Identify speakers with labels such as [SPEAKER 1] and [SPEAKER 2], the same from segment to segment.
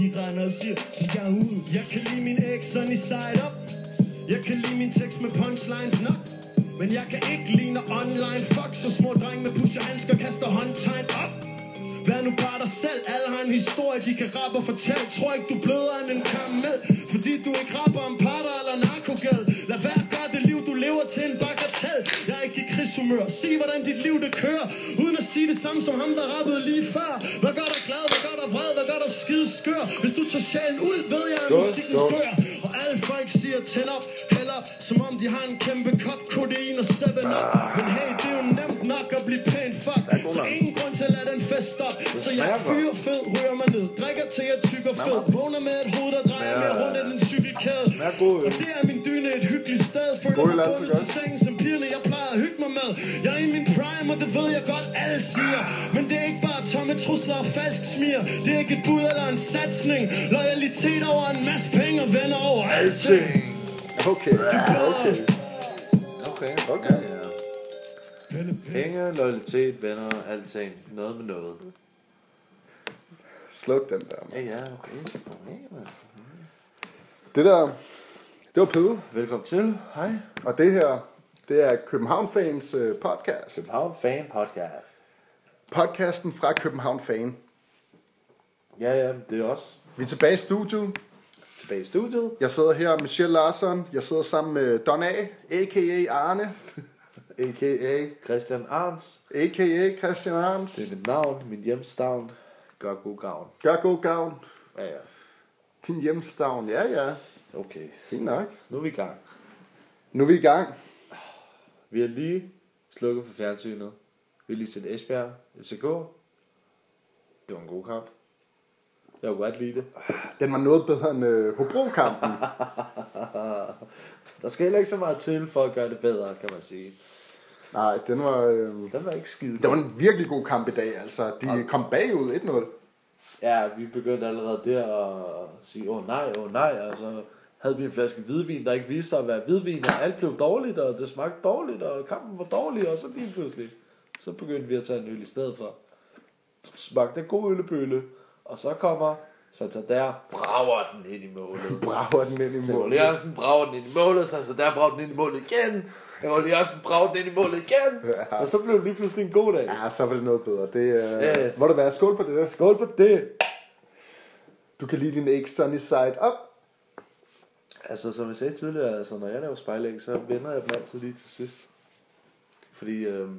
[SPEAKER 1] siger, jeg er ude. Jeg kan lide min ex sunny side up. Jeg kan lide min tekst med punchlines nok. Men jeg kan ikke lide når online fuck Så små dreng med pusherhandsker kaster håndtegn op Vær nu bare dig selv, alle har en historie, de kan rappe og fortælle Tror ikke du bløder end en karamel Fordi du ikke rapper om parter eller narkogæld Lad være at gøre det liv du lever til en bagatell Jeg er ikke i krigshumør, sig hvordan dit liv det kører Uden at sige det samme som ham der rappede lige før Hvad gør dig glad, hvad gør dig vred, hvad gør dig skide skør Hvis du tager sjælen ud, ved jeg at
[SPEAKER 2] Skål,
[SPEAKER 1] musikken
[SPEAKER 2] skål.
[SPEAKER 1] dør Og alle folk siger tæl op, hæld op Som om de har en kæmpe kop, kodein og 7-up Men hey, det er jo nemt nok at blive pæn fuck
[SPEAKER 2] er god
[SPEAKER 1] Så
[SPEAKER 2] nok.
[SPEAKER 1] ingen grund til at lade den fest stoppe Så jeg
[SPEAKER 2] smager godt.
[SPEAKER 1] fyrer fed, ryger mig ned Drikker til jeg tykker fed Vågner med et hoved, der drejer mere rundt end en cykelkæde
[SPEAKER 2] smager god, øl.
[SPEAKER 1] Og det er min dyne et hyggeligt sted Føler
[SPEAKER 2] Skål,
[SPEAKER 1] mig
[SPEAKER 2] altid
[SPEAKER 1] bundet
[SPEAKER 2] godt.
[SPEAKER 1] til sengen som pigerne Jeg plejer at hygge mig med Jeg er i min prime, og det ved jeg godt alle siger Men det er ikke bare tomme trusler og falsk smier Det er ikke et bud eller en satsning Loyalitet over en masse penge og venner over alting
[SPEAKER 2] Okay,
[SPEAKER 1] okay.
[SPEAKER 3] Okay.
[SPEAKER 2] okay.
[SPEAKER 3] Penge, loyalitet, venner, alting. Noget med noget.
[SPEAKER 2] Sluk den der.
[SPEAKER 3] Ja, ja, okay. okay man.
[SPEAKER 2] Det der, det var Pede.
[SPEAKER 3] Velkommen til. Hej.
[SPEAKER 2] Og det her, det er København Fans øh, podcast.
[SPEAKER 3] København Fan Podcast.
[SPEAKER 2] Podcasten fra København Fan.
[SPEAKER 3] Ja, ja, det er os.
[SPEAKER 2] Vi er tilbage i studiet.
[SPEAKER 3] Tilbage i studiet.
[SPEAKER 2] Jeg sidder her med Michelle Larsen. Jeg sidder sammen med Don A, a.k.a. Arne, a.k.a.
[SPEAKER 3] Christian Arns.
[SPEAKER 2] a.k.a. Christian Arns.
[SPEAKER 3] Det er mit navn, min hjemstavn. Gør god gavn.
[SPEAKER 2] Gør god gavn.
[SPEAKER 3] Ja, ja.
[SPEAKER 2] Din hjemstavn. Ja, ja.
[SPEAKER 3] Okay.
[SPEAKER 2] Fint nok.
[SPEAKER 3] Nu er vi i gang.
[SPEAKER 2] Nu er vi i gang.
[SPEAKER 3] Vi har lige slukket for fjernsynet. Vi har lige set Esbjerg, FCK. Det var en god kamp. Jeg kunne godt lide det.
[SPEAKER 2] Den var noget bedre end øh, Hobro-kampen.
[SPEAKER 3] Der skal heller ikke så meget til for at gøre det bedre, kan man sige.
[SPEAKER 2] Nej, den var... Øh,
[SPEAKER 3] Den var ikke skide
[SPEAKER 2] det var en virkelig god kamp i dag, altså. De kom bagud 1-0.
[SPEAKER 3] Ja, vi begyndte allerede der at sige, åh nej, åh nej, og så havde vi en flaske hvidvin, der ikke viste sig at være hvidvin, og alt blev dårligt, og det smagte dårligt, og kampen var dårlig, og så lige pludselig, så begyndte vi at tage en øl i stedet for. Smagte af god øllebølle, og så kommer Santander, brager den ind i målet.
[SPEAKER 2] Braver den ind i
[SPEAKER 3] Ole
[SPEAKER 2] målet.
[SPEAKER 3] Jørgensen brager den ind i målet, så der brager den ind i målet igen. Ole Jørgensen brager den ind i målet igen.
[SPEAKER 2] Ja.
[SPEAKER 3] Og så blev det lige pludselig en god dag.
[SPEAKER 2] Ja, så var det noget bedre. Det, øh,
[SPEAKER 3] Shit.
[SPEAKER 2] må det være skål på det.
[SPEAKER 3] Skål på det.
[SPEAKER 2] Du kan lide din æg sunny side up.
[SPEAKER 3] Altså, som jeg sagde tidligere, altså, når jeg laver spejlæg, så vender jeg dem altid lige til sidst. Fordi, øhm,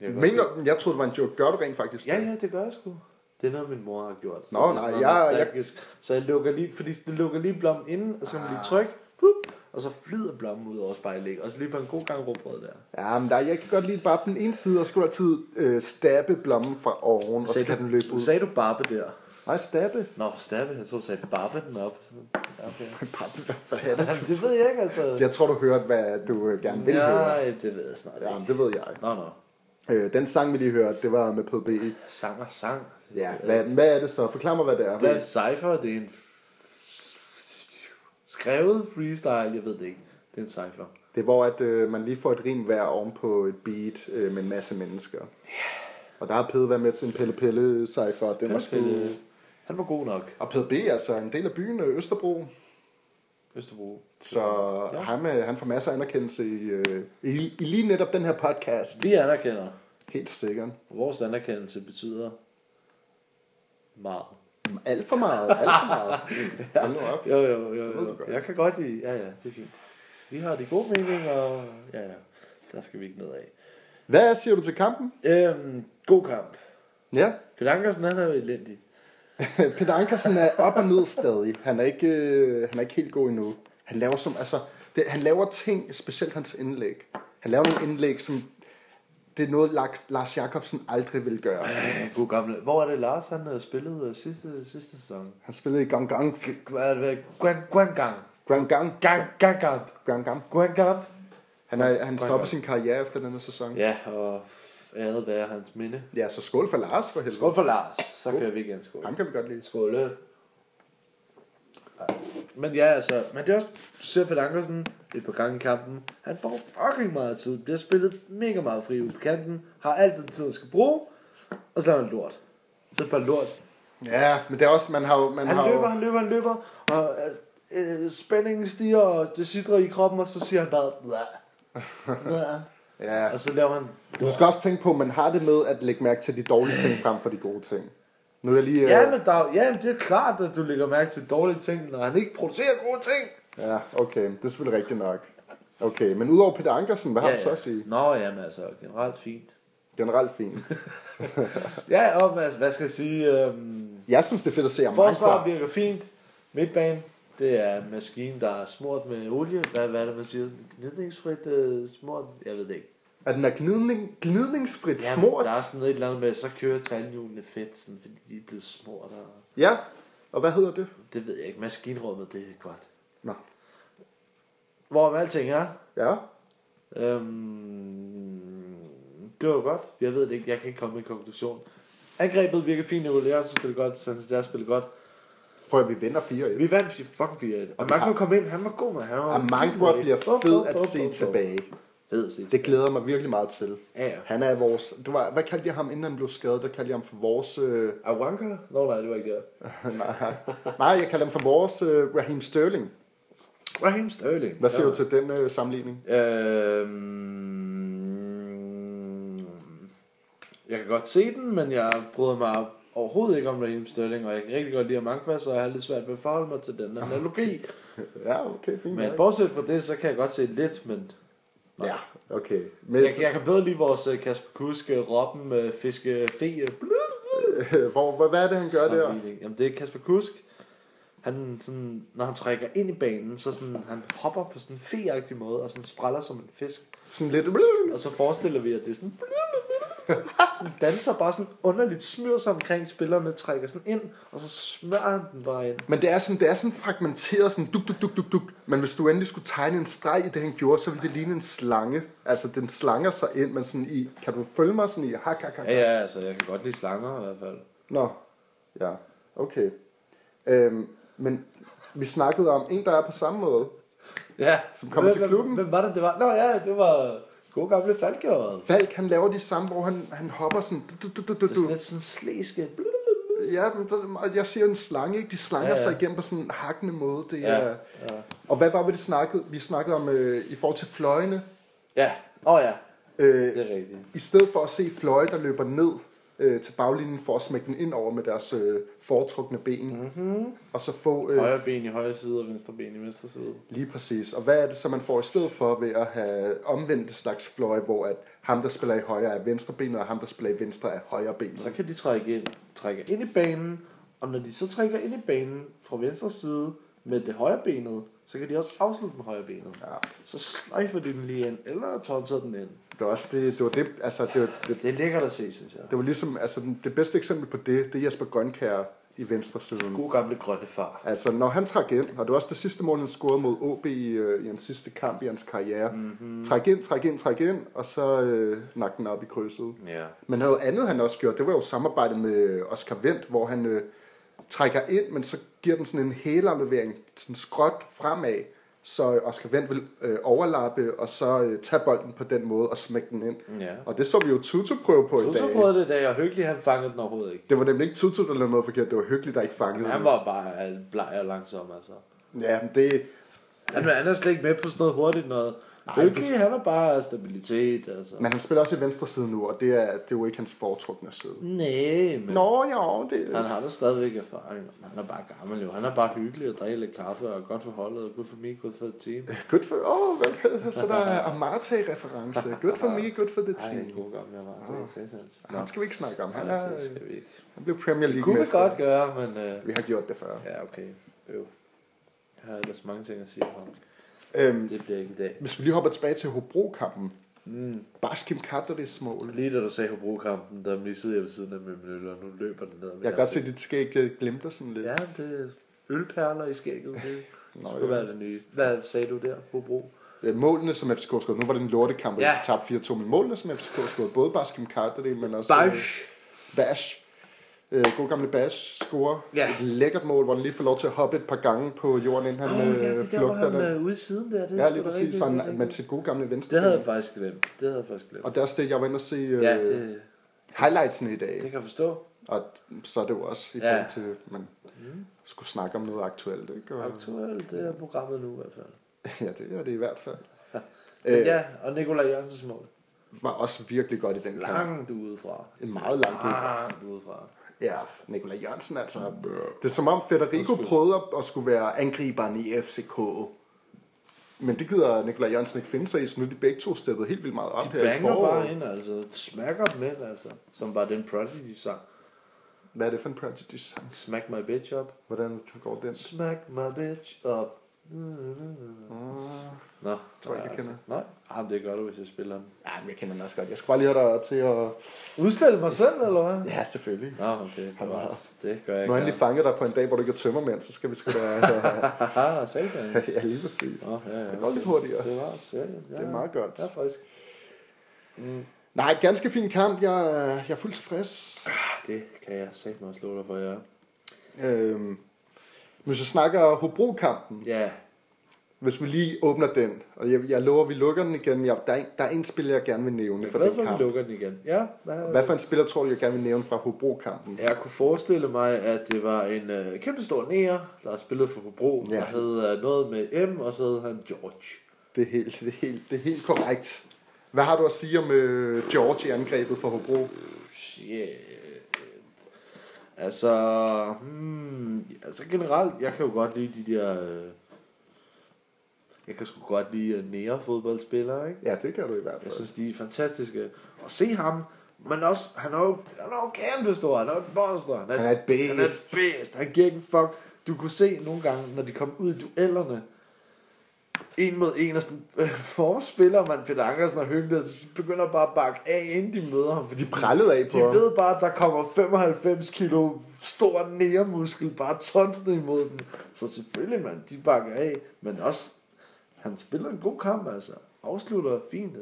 [SPEAKER 3] jeg kan godt
[SPEAKER 2] Mener
[SPEAKER 3] lide-
[SPEAKER 2] du, jeg troede, det var en joke. Gør du rent faktisk?
[SPEAKER 3] Ja, ja, det gør jeg sgu. Det er noget, min mor har gjort. Så
[SPEAKER 2] Nå,
[SPEAKER 3] det er
[SPEAKER 2] nej,
[SPEAKER 3] sådan noget
[SPEAKER 2] jeg-
[SPEAKER 3] nostalgisk. Så jeg lukker lige, fordi det lukker lige blommen inden, og så kan man lige trykke, pup, og så flyder blommen ud over spejlæg. Og så lige på en god gang råbrød der.
[SPEAKER 2] Ja, men der, jeg kan godt lide bare på den ene side, og så skal du altid øh, stabbe blommen fra oven, og så kan den løbe ud.
[SPEAKER 3] Sagde du barbe der?
[SPEAKER 2] Nej, stabbe.
[SPEAKER 3] Nå, stabbe, jeg tror, du sagde barbe den op. Sådan, Okay.
[SPEAKER 2] Bare, hvad fanden er det?
[SPEAKER 3] det ved jeg ikke, altså.
[SPEAKER 2] Jeg tror, du hørte, hvad du øh, gerne vil høre.
[SPEAKER 3] Nej, det ved jeg snart ikke.
[SPEAKER 2] Ja, men det ved jeg.
[SPEAKER 3] Nå, nå.
[SPEAKER 2] Øh, den sang, vi lige hørte, det var med PB.
[SPEAKER 3] Sang og sang.
[SPEAKER 2] Ja, hvad, hvad er det så? Forklar mig, hvad det er.
[SPEAKER 3] Det er en cypher, det er en skrevet freestyle, jeg ved det ikke. Det er en cypher.
[SPEAKER 2] Det er, hvor at, øh, man lige får et rim hver oven på et beat øh, med en masse mennesker. Og der har Pede været med til en Pelle Pelle cypher. Den var sgu...
[SPEAKER 3] Pelle. Øh, Han var god nok,
[SPEAKER 2] Og Pede B er altså en del af byen øh, Østerbro.
[SPEAKER 3] Østerbro.
[SPEAKER 2] Så ja. ham, øh, han får masser af anerkendelse i, øh, i, i lige netop den her podcast.
[SPEAKER 3] Vi anerkender.
[SPEAKER 2] Helt sikkert.
[SPEAKER 3] Vores anerkendelse betyder meget.
[SPEAKER 2] Alt for meget, alt for meget. Hold nu op.
[SPEAKER 3] Jo, jo, jo.
[SPEAKER 2] ved du
[SPEAKER 3] jo.
[SPEAKER 2] godt.
[SPEAKER 3] Jeg kan godt lide. Ja, ja, det er fint. Vi har de gode meninger, og ja, ja. Der skal vi ikke ned af.
[SPEAKER 2] Hvad siger du til kampen?
[SPEAKER 3] Øhm, god kamp.
[SPEAKER 2] Ja,
[SPEAKER 3] Peter Ankersen, han er jo elendig.
[SPEAKER 2] Peter Ankersen er op og ned stadig. Han er ikke, øh, han er ikke helt god endnu. Han laver, som, altså, det, han laver ting, specielt hans indlæg. Han laver nogle indlæg, som det er noget, Lars- Lars Jakobsen aldrig vil gøre.
[SPEAKER 3] Ja, god gamle. Hvor er det Lars, han øh, spillede øh, sidste, sidste sæson?
[SPEAKER 2] Han spillede i Gang Gang.
[SPEAKER 3] Hvad er det? Guan, guan gang.
[SPEAKER 2] Gang Gang.
[SPEAKER 3] Gang, gang, gang.
[SPEAKER 2] Gang Gang.
[SPEAKER 3] Guan, gang.
[SPEAKER 2] Han, er, han stopper sin karriere efter den her sæson.
[SPEAKER 3] Ja, og æret være hans minde.
[SPEAKER 2] Ja, så skål for Lars for helvede.
[SPEAKER 3] Skål for Lars, så kører vi igen skål.
[SPEAKER 2] Ham kan vi godt lide.
[SPEAKER 3] Skål. øh. Ej. Men ja, altså, men det er også, du ser Peter Ankersen et par gange i kampen, han får fucking meget tid, bliver spillet mega meget fri ud på kanten, har alt den tid, han skal bruge, og så er han lort. Så er det bare lort.
[SPEAKER 2] Ja, men det er også, man har jo... Man
[SPEAKER 3] Han
[SPEAKER 2] har jo-
[SPEAKER 3] løber, han løber, han løber, og øh, øh, spændingen stiger, og det sidder i kroppen, og så siger han bare, "Blah." Blah.
[SPEAKER 2] Ja.
[SPEAKER 3] og så laver han,
[SPEAKER 2] Du skal også tænke på, at man har det med at lægge mærke til de dårlige ting frem for de gode ting. Nu er jeg lige... øh,
[SPEAKER 3] ja, men, der, er- ja, men det er klart, at du lægger mærke til dårlige ting, når han ikke producerer gode ting.
[SPEAKER 2] Ja, okay. Det er selvfølgelig rigtigt nok. Okay, men udover Peter Ankersen, hvad har du så at sige?
[SPEAKER 3] Nå, jamen altså, generelt fint.
[SPEAKER 2] Generelt fint.
[SPEAKER 3] Ja, og hvad, hvad skal jeg sige, øhm,
[SPEAKER 2] Jeg synes, det er fedt at se
[SPEAKER 3] forsvaret
[SPEAKER 2] Amanda.
[SPEAKER 3] virker fint, midtbanen, det er en maskine, der er smurt med olie, hvad, hvad er det, man siger, gnidningsfrit øh, smurt, jeg ved det ikke.
[SPEAKER 2] At den er gnidning, gnidningsfrit
[SPEAKER 3] Ja,
[SPEAKER 2] smurt.
[SPEAKER 3] Der er sådan noget et eller andet med, så kører tandhjulene fedt, sådan, fordi de er blevet smurt. Og
[SPEAKER 2] Ja, og hvad hedder det?
[SPEAKER 3] det ved jeg ikke. Maskinrummet, det er godt.
[SPEAKER 2] Nå,
[SPEAKER 3] Hvorom alting er.
[SPEAKER 2] ja.
[SPEAKER 3] Øhm, det var godt. Jeg ved det ikke. Jeg kan ikke komme med en konklusion. Angrebet virker fint. Nicolai Jørgensen spillede godt. Sands der spillede godt.
[SPEAKER 2] Prøv at vi vinder 4
[SPEAKER 3] Vi vandt fi- fucking 4 Og Marco kom ind. Han var god, med. Han var
[SPEAKER 2] Amangwa bliver
[SPEAKER 3] Bum, bum,
[SPEAKER 2] fed
[SPEAKER 3] bum,
[SPEAKER 2] at se
[SPEAKER 3] bum, bum.
[SPEAKER 2] tilbage.
[SPEAKER 3] Fed at se
[SPEAKER 2] Det glæder jeg mig virkelig meget til.
[SPEAKER 3] Ja, ja.
[SPEAKER 2] Han er vores... Du var, hvad kaldte jeg ham, inden han blev skadet? Der kaldte jeg ham for vores... Øh,
[SPEAKER 3] Awanka? Nå, nej, det var ikke det.
[SPEAKER 2] nej, jeg kaldte ham for vores øh, Raheem Sterling.
[SPEAKER 3] Raheem Sterling.
[SPEAKER 2] Hvad siger ja. du til den øh, sammenligning?
[SPEAKER 3] Øhm, jeg kan godt se den, men jeg bryder mig overhovedet ikke om Raheem Sterling, og jeg kan rigtig godt lide Amankva, så jeg har lidt svært ved at forholde mig til den analogi.
[SPEAKER 2] Ja, okay, fint.
[SPEAKER 3] Men
[SPEAKER 2] Men,
[SPEAKER 3] bortset fra det, så kan jeg godt se lidt, men...
[SPEAKER 2] ja, okay. Men,
[SPEAKER 3] Jeg, jeg kan bedre lide vores øh, Kasper Kuske, Robben, øh, Fiske, Fee,
[SPEAKER 2] øh, hvor, hvad, hvad er det, han gør der?
[SPEAKER 3] sammenligning. Jamen, det er Kasper Kusk. Han sådan, når han trækker ind i banen, så sådan, han hopper på sådan en feagtig måde, og sådan spræller som en fisk.
[SPEAKER 2] Sådan lidt...
[SPEAKER 3] Og så forestiller vi, at det er sådan... sådan danser bare sådan underligt, smyrer sig omkring spillerne, trækker sådan ind, og så smører han den bare ind.
[SPEAKER 2] Men det er sådan, det er sådan fragmenteret, sådan duk, duk, duk, duk, duk. Men hvis du endelig skulle tegne en streg i det, han gjorde, så ville det ligne en slange. Altså, den slanger sig ind, men sådan i, kan du følge mig sådan i, hak, hak, hak.
[SPEAKER 3] Ja, ja, altså, jeg kan godt lide slanger i hvert fald.
[SPEAKER 2] Nå, ja, okay. Øhm, men vi snakkede om en, der er på samme måde.
[SPEAKER 3] Ja,
[SPEAKER 2] Som kommer til
[SPEAKER 3] Hvem-
[SPEAKER 2] klubben.
[SPEAKER 3] Hvem var det, det var? Nå ja, det var gode gamle Falkeåret.
[SPEAKER 2] Falk, han laver det samme, hvor han, han hopper sådan, du, du, du, du,
[SPEAKER 3] Det er sådan
[SPEAKER 2] du.
[SPEAKER 3] lidt sådan slæske.
[SPEAKER 2] Ja, men så- og jeg siger en slange, ikke? De slanger ja,
[SPEAKER 3] Ja,
[SPEAKER 2] ja.
[SPEAKER 3] ja.
[SPEAKER 2] sig igennem på sådan en hakkende måde. Det
[SPEAKER 3] Ja,
[SPEAKER 2] er, ja. Og hvad var det, vi snakkede? Vi snakkede om, øh, i forhold til fløjene,
[SPEAKER 3] Ja, åh oh, ja,
[SPEAKER 2] øh,
[SPEAKER 3] det er rigtigt.
[SPEAKER 2] i stedet for at se fløje, der løber ned øh, til baglinjen for at smække den ind over med deres øh, foretrukne ben, mm-hmm. og så få øh,
[SPEAKER 3] Højre ben i højre side og venstre ben i venstre side.
[SPEAKER 2] lige præcis. Og hvad er det så, man får i stedet for ved at have omvendt slags fløje, hvor at ham, der spiller i højre, er venstre benet, og ham, der spiller i venstre, er højre benet.
[SPEAKER 3] Så kan de trække ind, trække ind i banen, og når de så trækker ind i banen fra venstre side med det højre benet, så kan de også afslutte med højre benet.
[SPEAKER 2] Ja.
[SPEAKER 3] Så sløjfer de den lige ind, eller tonser den ind.
[SPEAKER 2] Det var også det, det var det, altså det, var, det,
[SPEAKER 3] Det er lækkert at se, synes jeg.
[SPEAKER 2] det var ligesom, altså den- det bedste eksempel på det, det er Jesper Grønkær i venstre siden.
[SPEAKER 3] God gamle grønne far.
[SPEAKER 2] Altså, når han trak ind, og det var også det sidste mål, han scorede mod OB i, øh, i hans sidste kamp i hans karriere. Mm-hmm.
[SPEAKER 3] Mhm.
[SPEAKER 2] Træk ind, træk ind, træk ind, og så øh, nakken den op i krydset.
[SPEAKER 3] Ja.
[SPEAKER 2] Men noget andet, han også gjorde, det var jo samarbejdet med Oscar Vendt, hvor han øh, trækker ind, men så giver den sådan en hælerlevering, sådan skråt fremad, så Oscar Vendt vil øh, overlappe, og så øh, tage bolden på den måde og smække den ind.
[SPEAKER 3] Ja.
[SPEAKER 2] Og det så vi jo Tutu prøve på i
[SPEAKER 3] Så
[SPEAKER 2] dag.
[SPEAKER 3] så prøvede det, da jeg hyggelig, han fangede den overhovedet ikke.
[SPEAKER 2] Det var nemlig ikke Tutu, der lavede noget forkert, det var hyggeligt, der ikke fangede
[SPEAKER 3] Han
[SPEAKER 2] ham.
[SPEAKER 3] var bare øh, bleg og langsom, altså.
[SPEAKER 2] Ja, men det,
[SPEAKER 3] Han, han er slet ikke med på sådan noget hurtigt noget. Hyggelig, han er bare stabilitet, altså.
[SPEAKER 2] Men han spiller også i venstre side nu, og det er, det er jo ikke hans foretrukne side.
[SPEAKER 3] Næh, men...
[SPEAKER 2] Nå, ja, det
[SPEAKER 3] Han har da stadigvæk erfaring. Han er bare gammel jo. Han er bare hyggelig og drikker lidt kaffe og er godt for holdet og god for mig, god for et team.
[SPEAKER 2] Good for... Åh, oh, hvad Så der er Amarte-reference. Good for me, good for the
[SPEAKER 3] Ej, en
[SPEAKER 2] team. Ah.
[SPEAKER 3] god gammel jeg var. Så jeg sagde sådan. Nå,
[SPEAKER 2] Han skal vi ikke snakke om. Han,
[SPEAKER 3] nej,
[SPEAKER 2] er,
[SPEAKER 3] det skal vi ikke.
[SPEAKER 2] han blev Premier
[SPEAKER 3] Det
[SPEAKER 2] League
[SPEAKER 3] kunne vi
[SPEAKER 2] mester.
[SPEAKER 3] godt gøre, men... Øh,
[SPEAKER 2] Vi har gjort det før.
[SPEAKER 3] ja, okay. Øv. Jeg har ellers mange ting at sige om.
[SPEAKER 2] Øhm,
[SPEAKER 3] Det bliver ikke i dag.
[SPEAKER 2] hvis vi lige hopper tilbage til Hobro-kampen. Mm. Baskim Kaderis mål.
[SPEAKER 3] Lige da du sagde Hobro-kampen, der missede jeg ved siden af min øl, og nu løber den ned.
[SPEAKER 2] Jeg kan godt se, at dit skæg øh, glimter sådan lidt.
[SPEAKER 3] Ja, det er ølperler i skægget. Det
[SPEAKER 2] Nå,
[SPEAKER 3] skulle
[SPEAKER 2] ja.
[SPEAKER 3] være det nye. Hvad sagde du der, Hobro?
[SPEAKER 2] Øh, Målene, som FCK skød. Nu var det en lortekamp, og
[SPEAKER 3] Ja.
[SPEAKER 2] ja. tabte 4-2. Men målene, som FCK skød. Både Baskim Kadri, men også... øh,
[SPEAKER 3] Bash.
[SPEAKER 2] Bash. Øh, god gamle Bash scorer ja.
[SPEAKER 3] Ja.
[SPEAKER 2] et lækkert mål, hvor han lige får lov til at hoppe et par gange på jorden, inden han
[SPEAKER 3] Åh,
[SPEAKER 2] øh,
[SPEAKER 3] ja, det der, hvor
[SPEAKER 2] flugter
[SPEAKER 3] han
[SPEAKER 2] den.
[SPEAKER 3] er ude i siden der. Det er
[SPEAKER 2] ja,
[SPEAKER 3] sgu
[SPEAKER 2] lige
[SPEAKER 3] da
[SPEAKER 2] præcis.
[SPEAKER 3] rigtigt,
[SPEAKER 2] Sådan,
[SPEAKER 3] det er
[SPEAKER 2] man
[SPEAKER 3] rigtigt.
[SPEAKER 2] til gode gamle venstre.
[SPEAKER 3] Det havde jeg faktisk glemt. Det havde jeg faktisk glemt.
[SPEAKER 2] Og der steg jeg var inde og se øh,
[SPEAKER 3] ja, det,
[SPEAKER 2] highlightsene i
[SPEAKER 3] Det kan
[SPEAKER 2] dag.
[SPEAKER 3] jeg forstå.
[SPEAKER 2] Og så er det jo også i
[SPEAKER 3] Ja.
[SPEAKER 2] forhold til, at man skulle snakke om noget aktuelt. Ikke? Og,
[SPEAKER 3] Aktuelt det er programmet nu i hvert fald.
[SPEAKER 2] ja, det er det i hvert fald.
[SPEAKER 3] Men
[SPEAKER 2] Øh,
[SPEAKER 3] ja, og Nikolaj Jørgensens mål.
[SPEAKER 2] Var også virkelig godt i den kamp.
[SPEAKER 3] Langt udefra.
[SPEAKER 2] En meget lang kamp.
[SPEAKER 3] Langt udefra.
[SPEAKER 2] Ja, Nikolaj Jørgensen altså. Det er som om Federico prøvede at, at skulle være angriberen i FCK. Men det gider Nikolaj Jørgensen ikke finde sig i, så nu er de begge to steppet helt vildt meget op her i
[SPEAKER 3] Banger bare
[SPEAKER 2] foråret.
[SPEAKER 3] ind, altså. Smacker dem ind, altså. Som var den Prodigy sang.
[SPEAKER 2] Hvad er det for en prejudice?
[SPEAKER 3] Smack my bitch up.
[SPEAKER 2] Hvordan går den?
[SPEAKER 3] Smack my bitch up. Nå,
[SPEAKER 2] tror jeg ikke, jeg kender.
[SPEAKER 3] Nej, Jamen, det gør du, hvis jeg spiller den.
[SPEAKER 2] Ja, men jeg kender den også godt. Jeg skulle bare lige have dig til at...
[SPEAKER 3] Udstille mig selv, eller hvad?
[SPEAKER 2] Ja, selvfølgelig.
[SPEAKER 3] Nå, okay. Det, var, det gør jeg
[SPEAKER 2] Når han
[SPEAKER 3] ikke.
[SPEAKER 2] lige fanger dig på en dag, hvor du ikke er tømmermand, så skal vi sgu da...
[SPEAKER 3] Haha, satan.
[SPEAKER 2] ja, lige præcis.
[SPEAKER 3] Nå, ja, ja.
[SPEAKER 2] Det går lidt hurtigere.
[SPEAKER 3] Det var satan. Ja,
[SPEAKER 2] Det er meget godt.
[SPEAKER 3] Ja, faktisk.
[SPEAKER 2] Nej, ganske fin kamp. Jeg, er- jeg er fuldt tilfreds.
[SPEAKER 3] Ah, Det kan jeg satan også slå dig for, ja.
[SPEAKER 2] Øhm, hvis jeg snakker Hobro-kampen,
[SPEAKER 3] Ja,
[SPEAKER 2] Hvis vi lige åbner den, og jeg, jeg lover, at vi lukker den igen. Jeg, der, er en, der er en spiller, jeg gerne vil nævne
[SPEAKER 3] jeg
[SPEAKER 2] fra
[SPEAKER 3] er glad
[SPEAKER 2] den
[SPEAKER 3] for, at vi
[SPEAKER 2] kamp.
[SPEAKER 3] lukker den igen. Ja, hvad,
[SPEAKER 2] Hvad for en spiller tror du, jeg gerne vil nævne fra Hobro-kampen?
[SPEAKER 3] Jeg kunne forestille mig, at det var en øh, kæmpe stor næger, der har spillet for Hobro.
[SPEAKER 2] Ja.
[SPEAKER 3] Ja. Der hed øh, noget med M, og så hed han George.
[SPEAKER 2] Det, er helt, det, er helt, det er helt korrekt. Hvad har du at sige om øh, George i angrebet for Hobro?
[SPEAKER 3] Shit. Altså, hmm, altså generelt, jeg kan jo godt lide de der... Øh, jeg kan sgu godt lide nære fodboldspillere, ikke?
[SPEAKER 2] Ja, det gør du i hvert
[SPEAKER 3] Jeg
[SPEAKER 2] fald.
[SPEAKER 3] synes, de er fantastiske. Og se ham, men også, han er jo, han er jo kæmpe stor, han er jo et monster.
[SPEAKER 2] Han er et bæst.
[SPEAKER 3] Han er et bæst, han giver ikke en fuck. Du kunne se nogle gange, når de kom ud i duellerne, en mod en, og sådan, øh, vores spiller, man, Peter Ankersen og Høgde, de begynder bare at bakke af, inden de møder ham, fordi
[SPEAKER 2] De prallede af på
[SPEAKER 3] de
[SPEAKER 2] ham.
[SPEAKER 3] ved bare, at der kommer 95 kilo stor nærmuskel, bare tonsende imod den. Så selvfølgelig, man, de bakker af. Men også, han spiller en god kamp, altså. Afslutter fint.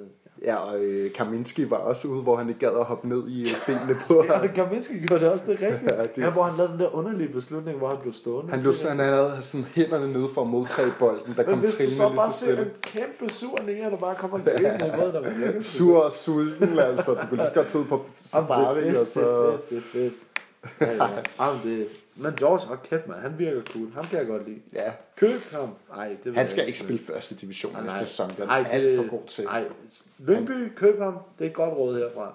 [SPEAKER 2] Ja, og øh, Kaminski var også ude, hvor han ikke gad at hoppe ned i øh, benene på ham.
[SPEAKER 3] Ja, Kaminski gjorde det også, det er rigtigt.
[SPEAKER 2] Ja,
[SPEAKER 3] Ja,
[SPEAKER 2] det-
[SPEAKER 3] det... Ja, hvor han lavede den der underlige beslutning, hvor han blev stående.
[SPEAKER 2] Han lød sådan, han havde sådan hænderne nede for at modtage bolden, der
[SPEAKER 3] Men
[SPEAKER 2] kom
[SPEAKER 3] hvis du
[SPEAKER 2] trillende
[SPEAKER 3] så bare
[SPEAKER 2] lige så
[SPEAKER 3] ser en
[SPEAKER 2] stille.
[SPEAKER 3] kæmpe sur nære, der bare kommer gælende imod dig. man kan ikke se
[SPEAKER 2] Sur og sulten, altså. Du kunne lige så godt tage ud på
[SPEAKER 3] Jamen, det er
[SPEAKER 2] safari,
[SPEAKER 3] fedt,
[SPEAKER 2] og så...
[SPEAKER 3] Det er fedt, det er fedt. Ja, ja. Jamen, det... Men George, hold kæft, man. Han virker cool. Ham kan jeg godt lide.
[SPEAKER 2] Ja.
[SPEAKER 3] Køb ham. Nej, det vil
[SPEAKER 2] Han skal
[SPEAKER 3] jeg
[SPEAKER 2] ikke spille første division
[SPEAKER 3] øh, Nej,
[SPEAKER 2] næste
[SPEAKER 3] nej.
[SPEAKER 2] sæson. Det er
[SPEAKER 3] Nej,
[SPEAKER 2] han alt for god til.
[SPEAKER 3] Nej, Lyngby, køb ham. Det er et godt råd herfra.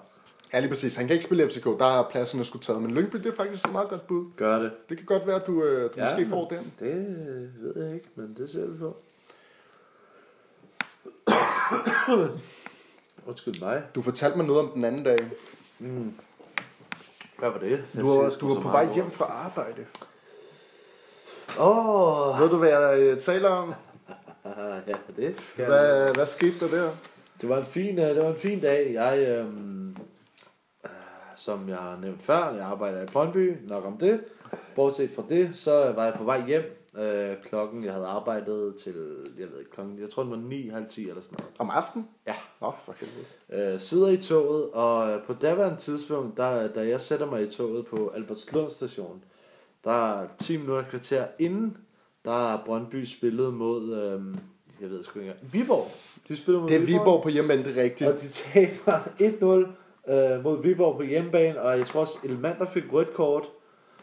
[SPEAKER 2] Ja, lige præcis. Han kan ikke spille FCK. Der er pladserne skulle taget. Men Lyngby, det er faktisk et meget godt bud.
[SPEAKER 3] Gør det.
[SPEAKER 2] Det kan godt være, at du, øh, du ja, måske
[SPEAKER 3] men
[SPEAKER 2] får den.
[SPEAKER 3] Det øh, ved jeg ikke, men det ser vi på. Undskyld mig.
[SPEAKER 2] Du fortalte mig noget om den anden dag.
[SPEAKER 3] Hvad var det?
[SPEAKER 2] Du var, du var på vej hjem fra arbejde.
[SPEAKER 3] Åh, oh,
[SPEAKER 2] Ved du, hvad jeg øh, taler om?
[SPEAKER 3] ja, det. kan jeg.
[SPEAKER 2] Hvad, hvad skete der der?
[SPEAKER 3] Det var en fin, øh, det var en fin dag. Jeg, øhm, øh, som jeg har nævnt før, jeg arbejder i Brøndby, nok om det. Bortset fra det, så var jeg på vej hjem. Øh, klokken, jeg havde arbejdet til, jeg ved ikke, klokken, jeg tror det var 9, halv 10 eller sådan noget.
[SPEAKER 2] Om aftenen?
[SPEAKER 3] Ja.
[SPEAKER 2] Nå, for helvede.
[SPEAKER 3] Øh, sidder i toget, og øh, på daværende tidspunkt, der, da jeg sætter mig i toget på Albertslund station, der er 10 minutter kvarter inden, der er Brøndby spillet mod, øh, jeg ved sgu ikke engang, Viborg. De spiller mod
[SPEAKER 2] Det er Viborg på hjemmebane, det er rigtigt.
[SPEAKER 3] og de taber 1-0 øh, mod Viborg på hjemmebane, og jeg tror også, Elmander fik rødt kort.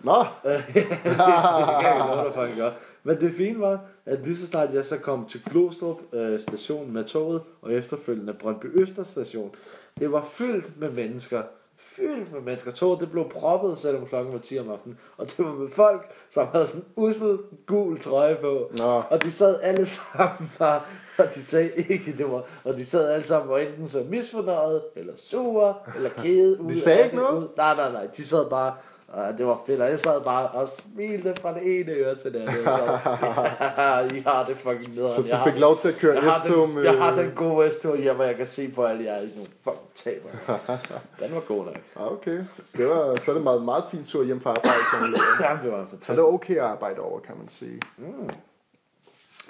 [SPEAKER 2] Nå,
[SPEAKER 3] Øh, det kan jeg love dig for, han gør. Men det fine var, at lige så snart jeg så kom til Glostrup øh, station med toget, og efterfølgende Brøndby Øster station, det var fyldt med mennesker. Fyldt med mennesker. Toget det blev proppet, selvom klokken var 10 om aftenen. Og det var med folk, som havde sådan en ussel gul trøje på.
[SPEAKER 2] Nå.
[SPEAKER 3] Og de sad alle sammen bare, og de sagde ikke, det var, og de sad alle sammen og enten så misfornøjet, eller sure, eller kede. ud
[SPEAKER 2] sagde
[SPEAKER 3] af
[SPEAKER 2] ikke
[SPEAKER 3] det,
[SPEAKER 2] noget?
[SPEAKER 3] ud- Nej, nej, nej. De sad bare... Og det var fedt, og jeg sad bare og smilte fra det ene øre til det andet. Så, I har det fucking nederen.
[SPEAKER 2] så du
[SPEAKER 3] Jeg har-
[SPEAKER 2] fik lov til at køre
[SPEAKER 3] jeg har,
[SPEAKER 2] S-tog
[SPEAKER 3] den,
[SPEAKER 2] med...
[SPEAKER 3] jeg har den gode S-tog hjemme, og jeg kan se på alle jer, I nu fucking taber. Den var god nok.
[SPEAKER 2] Ah, Okay, det var, så er det en meget, meget fin tur hjem fra arbejde. John Lager.
[SPEAKER 3] Jamen, det var en
[SPEAKER 2] Så det er
[SPEAKER 3] fantastisk.
[SPEAKER 2] okay at arbejde over, kan man sige.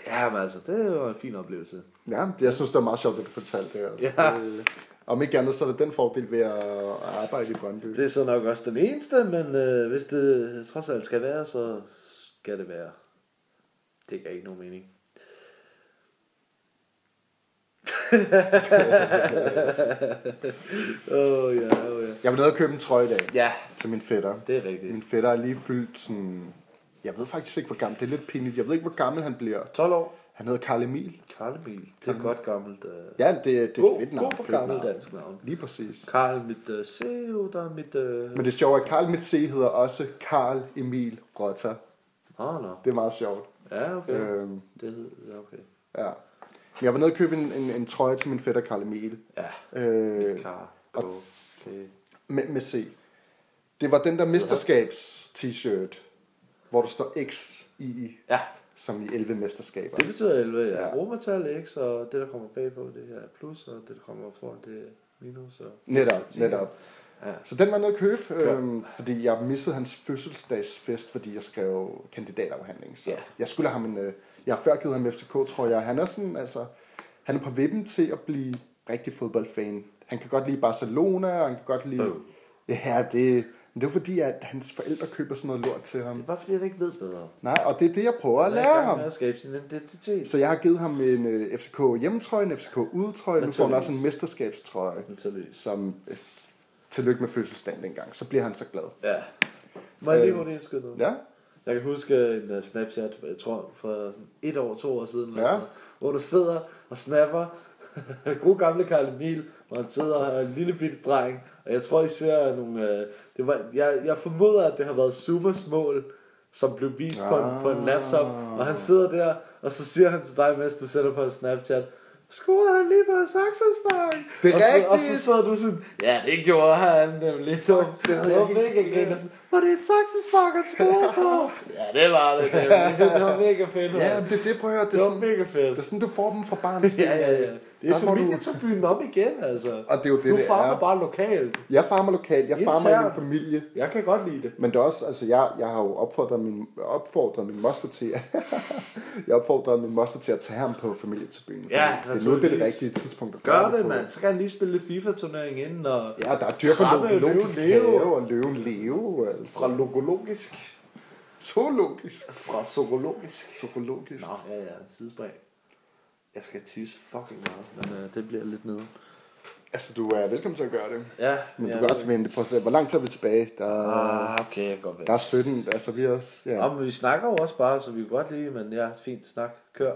[SPEAKER 3] Jamen altså, det var en fin oplevelse.
[SPEAKER 2] Ja, det, jeg synes, det var meget sjovt, at du fortalte det. Altså.
[SPEAKER 3] Ja.
[SPEAKER 2] Det, om ikke andet, så er det den fordel ved at arbejde i Brøndby.
[SPEAKER 3] Det er så nok også den eneste, men øh, hvis det trods alt skal være, så skal det være. Det giver ikke nogen mening. Åh, oh, ja, åh, oh, ja.
[SPEAKER 2] Jeg var nede og købe en trøje i dag
[SPEAKER 3] Ja,
[SPEAKER 2] til min fætter.
[SPEAKER 3] det er rigtigt.
[SPEAKER 2] Min fætter er lige fyldt sådan... Jeg ved faktisk ikke, hvor gammel... Det er lidt pinligt. Jeg ved ikke, hvor gammel han bliver.
[SPEAKER 3] 12 år.
[SPEAKER 2] Han hedder Karl Emil.
[SPEAKER 3] Karl Emil. Det er et godt gammelt. Uh...
[SPEAKER 2] Ja, det, det er et
[SPEAKER 3] God,
[SPEAKER 2] fedt navn.
[SPEAKER 3] god på
[SPEAKER 2] fedt
[SPEAKER 3] gammelt
[SPEAKER 2] navn.
[SPEAKER 3] dansk navn.
[SPEAKER 2] Lige præcis.
[SPEAKER 3] Karl, mit uh, CEO, der er mit... Uh...
[SPEAKER 2] Men det sjove er, at Karl mit C hedder også Karl Emil Rotter.
[SPEAKER 3] Nå, nå.
[SPEAKER 2] Det er meget sjovt.
[SPEAKER 3] Ja, okay.
[SPEAKER 2] Øhm,
[SPEAKER 3] Det hed... Ja, okay.
[SPEAKER 2] ja. Men jeg var nede og købe en, en, en trøje til min fætter Karl Emil.
[SPEAKER 3] Ja,
[SPEAKER 2] Øh,
[SPEAKER 3] Karl. Okay.
[SPEAKER 2] med, med C. Det var den der mesterskabs t-shirt, hvor der står X i,
[SPEAKER 3] Ja,
[SPEAKER 2] som i 11 mesterskaber.
[SPEAKER 3] det betyder 11, ja.
[SPEAKER 2] Ja.
[SPEAKER 3] ja. Romertal X, og det, der kommer bagpå, det her er plus, og det, der kommer foran, det er minus. Og
[SPEAKER 2] Netop,
[SPEAKER 3] Så-
[SPEAKER 2] netop.
[SPEAKER 3] Ja.
[SPEAKER 2] Så den var noget at købe, øhm, fordi jeg missede hans fødselsdagsfest, fordi jeg skrev kandidatafhandling. Så
[SPEAKER 3] Ja.
[SPEAKER 2] jeg skulle have ham en... Øh, jeg har før givet ham FCK, tror jeg. Han er sådan, altså... Han er på vippen til at blive rigtig fodboldfan. Han kan godt lide Barcelona, og han kan godt lide...
[SPEAKER 3] Boom.
[SPEAKER 2] Ja, det... Men det er fordi, at hans forældre køber sådan noget lort til
[SPEAKER 3] Det
[SPEAKER 2] ham.
[SPEAKER 3] er bare fordi, han ikke ved bedre.
[SPEAKER 2] Nej, og det er det, jeg prøver at
[SPEAKER 3] Han er i
[SPEAKER 2] lære
[SPEAKER 3] gang
[SPEAKER 2] ham.
[SPEAKER 3] med at skabe sin identitet.
[SPEAKER 2] Så jeg har givet ham en øh, FCK hjemmetrøje, en FCK udtrøje, nu får han
[SPEAKER 3] Naturligvis.
[SPEAKER 2] også en mesterskabstrøje,
[SPEAKER 3] Naturligvis.
[SPEAKER 2] som øh, tillykke med fødselsdagen dengang. Så bliver han så glad.
[SPEAKER 3] Ja. Må jeg lige hurtigt indskyde noget?
[SPEAKER 2] Ja,
[SPEAKER 3] Jeg kan huske en uh, Snapchat, jeg tror for sådan et år, to år siden, eller
[SPEAKER 2] Ja.
[SPEAKER 3] sådan noget, hvor du sidder og snapper. God gamle Karl Emil, hvor han sidder og er en lille bitte dreng. Og jeg tror, I ser nogle... øh, det var, jeg, jeg formoder, at det har været supersmål, som blev vist på,
[SPEAKER 2] Ah.
[SPEAKER 3] en, på en laptop. Og han sidder der, og så siger han til dig, mens du sætter på en Snapchat, Skruede han lige på saksespark?
[SPEAKER 2] Det er
[SPEAKER 3] og så, og så
[SPEAKER 2] rigtigt.
[SPEAKER 3] sidder du sådan, ja, det gjorde han nemlig. Det var,
[SPEAKER 2] det
[SPEAKER 3] det
[SPEAKER 2] havde
[SPEAKER 3] var
[SPEAKER 2] jeg helt
[SPEAKER 3] mega grineren. Var det en saksespark, han scorede på? ja, det var det. Det var, det var mega fedt.
[SPEAKER 2] ja
[SPEAKER 3] Ja,
[SPEAKER 2] det, det prøver jeg. Det
[SPEAKER 3] det
[SPEAKER 2] er,
[SPEAKER 3] var
[SPEAKER 2] sådan,
[SPEAKER 3] mega
[SPEAKER 2] det er
[SPEAKER 3] fedt.
[SPEAKER 2] sådan, du får dem fra barns
[SPEAKER 3] Ja, ja, ja. Det er
[SPEAKER 2] Der må du-
[SPEAKER 3] familietribunen op igen, altså.
[SPEAKER 2] Og det er jo det,
[SPEAKER 3] du
[SPEAKER 2] det
[SPEAKER 3] farmer
[SPEAKER 2] er.
[SPEAKER 3] bare lokalt.
[SPEAKER 2] Jeg farmer lokalt, jeg farmer i min
[SPEAKER 3] Internt.
[SPEAKER 2] familie.
[SPEAKER 3] Jeg kan godt lide det.
[SPEAKER 2] Men det er også, altså jeg, jeg har jo opfordret min, opfordret min moster til, at, jeg opfordrede min moster til at tage ham på familietribunen.
[SPEAKER 3] Ja,
[SPEAKER 2] det er nu det, er det
[SPEAKER 3] naturligvis.
[SPEAKER 2] rigtige tidspunkt at
[SPEAKER 3] Gør det,
[SPEAKER 2] på.
[SPEAKER 3] mand. Så kan han lige spille lidt FIFA-turnering inden, og
[SPEAKER 2] Ja, der er dyr for
[SPEAKER 3] Krabbe, løven,
[SPEAKER 2] logisk
[SPEAKER 3] leve.
[SPEAKER 2] have og løven leve, altså.
[SPEAKER 3] fra logologisk,
[SPEAKER 2] Så logisk.
[SPEAKER 3] fra zoologisk.
[SPEAKER 2] Zoologisk.
[SPEAKER 3] Nå, ja, ja, sidespring. Jeg skal tisse fucking meget, men øh, det bliver lidt nede.
[SPEAKER 2] Altså, du er velkommen til at gøre det.
[SPEAKER 3] Ja,
[SPEAKER 2] Men
[SPEAKER 3] ja,
[SPEAKER 2] du kan også vente på at se, hvor langt er vi tilbage? Der, er-
[SPEAKER 3] Ah, okay, jeg kan godt være.
[SPEAKER 2] der er 17, altså vi er også...
[SPEAKER 3] Ja,
[SPEAKER 2] Ja.
[SPEAKER 3] men vi snakker jo også bare, så vi kan godt lide, men ja, fint snak. Kør.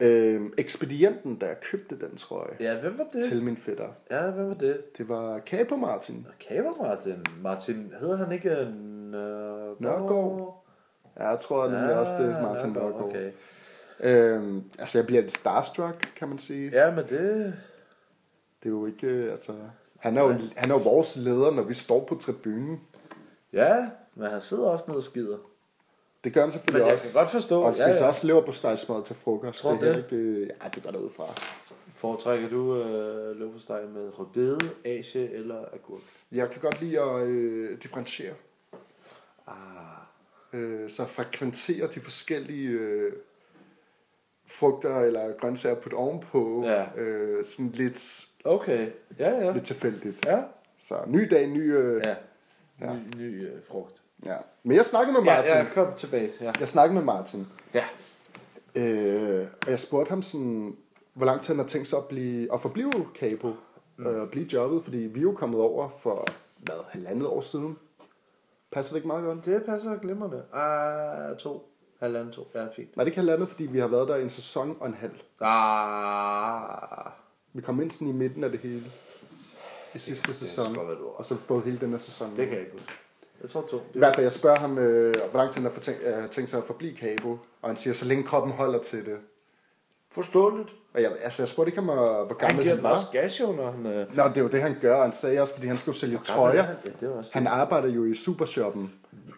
[SPEAKER 2] Øhm, ekspedienten, der købte den trøje ja.
[SPEAKER 3] Ja, hvem var det?
[SPEAKER 2] til min fætter,
[SPEAKER 3] Ja, hvem var det?
[SPEAKER 2] det var Capo Martin.
[SPEAKER 3] Kaber Martin. Martin, hedder han ikke en... Øh,
[SPEAKER 2] Nørgaard? Ja, jeg tror nemlig ja, også, det er Martin Nørgaard. Okay.
[SPEAKER 3] Ah, Okay.
[SPEAKER 2] Øhm, altså, jeg bliver lidt starstruck, kan man sige. Ja.
[SPEAKER 3] Ja, men det...
[SPEAKER 2] Det er jo ikke, øh, altså... Han er, jo, han er jo vores leder, når vi står på tribunen.
[SPEAKER 3] Ja, men han sidder også nede og skider.
[SPEAKER 2] Det gør han selvfølgelig
[SPEAKER 3] Men jeg
[SPEAKER 2] også.
[SPEAKER 3] kan godt forstå,
[SPEAKER 2] Og han
[SPEAKER 3] ja,
[SPEAKER 2] spiser ja,
[SPEAKER 3] ja.
[SPEAKER 2] også leverpostejsmad til frokost.
[SPEAKER 3] Tror
[SPEAKER 2] det er
[SPEAKER 3] det?
[SPEAKER 2] Ikke, øh, ja, det gør der ud fra.
[SPEAKER 3] Foretrækker du øh, løbesteg med rødbede, asie eller agurk?
[SPEAKER 2] Jeg kan godt lide at øh, differentiere.
[SPEAKER 3] Ah,
[SPEAKER 2] Øh, så frekventere de forskellige øh, frugter eller grøntsager at putte ovenpå.
[SPEAKER 3] Ja.
[SPEAKER 2] Øh, sådan lidt,
[SPEAKER 3] okay. Ja, ja.
[SPEAKER 2] lidt tilfældigt.
[SPEAKER 3] Ja,
[SPEAKER 2] Så ny dag, ny... Øh, ja.
[SPEAKER 3] ja. Ny, ny øh, frugt.
[SPEAKER 2] ja. Men jeg snakkede med
[SPEAKER 3] Ja,
[SPEAKER 2] Martin.
[SPEAKER 3] ja, kom tilbage. Ja.
[SPEAKER 2] Jeg snakkede med Martin.
[SPEAKER 3] ja.
[SPEAKER 2] Øh, og jeg spurgte ham sådan, hvor lang tid han har tænkt sig at, blive, at forblive Capo. Mm. Øh, at blive jobbet, fordi vi er jo kommet over for, hvad, halvandet år siden. Passer det ikke meget godt?
[SPEAKER 3] Det passer glimrende. Ah, to. Halvanden to. Ja, fint.
[SPEAKER 2] Nej, det kan halvandet, fordi vi har været der en sæson og en halv.
[SPEAKER 3] Ah.
[SPEAKER 2] Vi kom ind sådan i midten af det hele. I sidste det, sæson.
[SPEAKER 3] godt være, du har.
[SPEAKER 2] og så har vi fået hele den her sæson.
[SPEAKER 3] Det
[SPEAKER 2] nu.
[SPEAKER 3] kan jeg ikke huske. Jeg tror to.
[SPEAKER 2] I hvert fald, jeg spørger ham, øh, hvor lang tid han har fortænkt- øh, tænkt sig at forblive Capo. Og han siger, så længe kroppen holder til det.
[SPEAKER 3] Forståeligt.
[SPEAKER 2] Og jeg, altså, jeg spurgte ikke ham, øh, hvor
[SPEAKER 3] Han
[SPEAKER 2] gammel
[SPEAKER 3] giver
[SPEAKER 2] han,
[SPEAKER 3] den
[SPEAKER 2] var.
[SPEAKER 3] også gas jo, når han... Øh,
[SPEAKER 2] Nå, det er jo det, han gør. Han sagde også, fordi han skulle sælge trøjer.
[SPEAKER 3] Ja, det var også
[SPEAKER 2] Han arbejder jo i Supershoppen.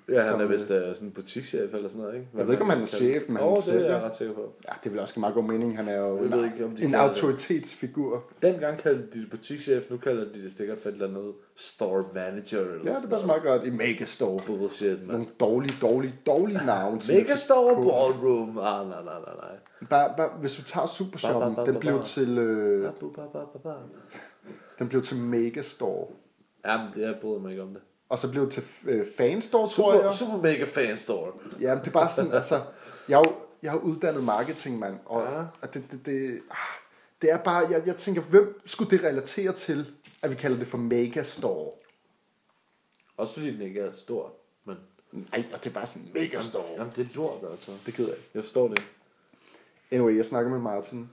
[SPEAKER 3] ja, han er
[SPEAKER 2] som-
[SPEAKER 3] vist øh, sådan en butikschef eller sådan noget, ikke? Hvad
[SPEAKER 2] Jeg ved ikke, om han er
[SPEAKER 3] kan-
[SPEAKER 2] chef, men han
[SPEAKER 3] Åh, det
[SPEAKER 2] sælger.
[SPEAKER 3] er jeg ret sikker på.
[SPEAKER 2] Ja, det vil også give meget god mening. Han er jo
[SPEAKER 3] Jeg
[SPEAKER 2] en,
[SPEAKER 3] ved ikke, om de
[SPEAKER 2] en
[SPEAKER 3] kalder det.
[SPEAKER 2] autoritetsfigur.
[SPEAKER 3] Dengang kaldte de det butikschef, nu kalder de det sikkert for et eller andet store manager eller
[SPEAKER 2] Ja, det
[SPEAKER 3] sådan
[SPEAKER 2] passer meget godt i Megastore.
[SPEAKER 3] noget. Bullshit, mand.
[SPEAKER 2] Nogle dårlige, dårlige, dårlige navne. til
[SPEAKER 3] Mega store
[SPEAKER 2] FCK.
[SPEAKER 3] ballroom. Ah, nej, nej, nej, nej.
[SPEAKER 2] Bare, bare, hvis du tager
[SPEAKER 3] Bare,
[SPEAKER 2] Supershoppen,
[SPEAKER 3] bare, bare,
[SPEAKER 2] den
[SPEAKER 3] bare,
[SPEAKER 2] blev
[SPEAKER 3] bare.
[SPEAKER 2] til, øh,
[SPEAKER 3] Ba, ba, ba, ba, ba.
[SPEAKER 2] den blev til Megastore.
[SPEAKER 3] Jamen, det, jeg bryder mig ikke om det.
[SPEAKER 2] Og så blev det til øh, Fanstore, tror
[SPEAKER 3] Super,
[SPEAKER 2] jeg.
[SPEAKER 3] super mega fan store.
[SPEAKER 2] Ja, men det er bare sådan, altså, jeg er jo, jeg er jo uddannet marketingmand, og, ja.
[SPEAKER 3] Ja.
[SPEAKER 2] og det, det, det, ah, Det er bare, jeg, jeg tænker, hvem skulle det relatere til, at vi kalder det for megastore?
[SPEAKER 3] Også fordi den ikke er stor. Men
[SPEAKER 2] Nej, og det er bare sådan megastore.
[SPEAKER 3] jamen, det er lort, altså.
[SPEAKER 2] Det gider jeg ikke.
[SPEAKER 3] Jeg forstår det.
[SPEAKER 2] Anyway, jeg snakker med Martin.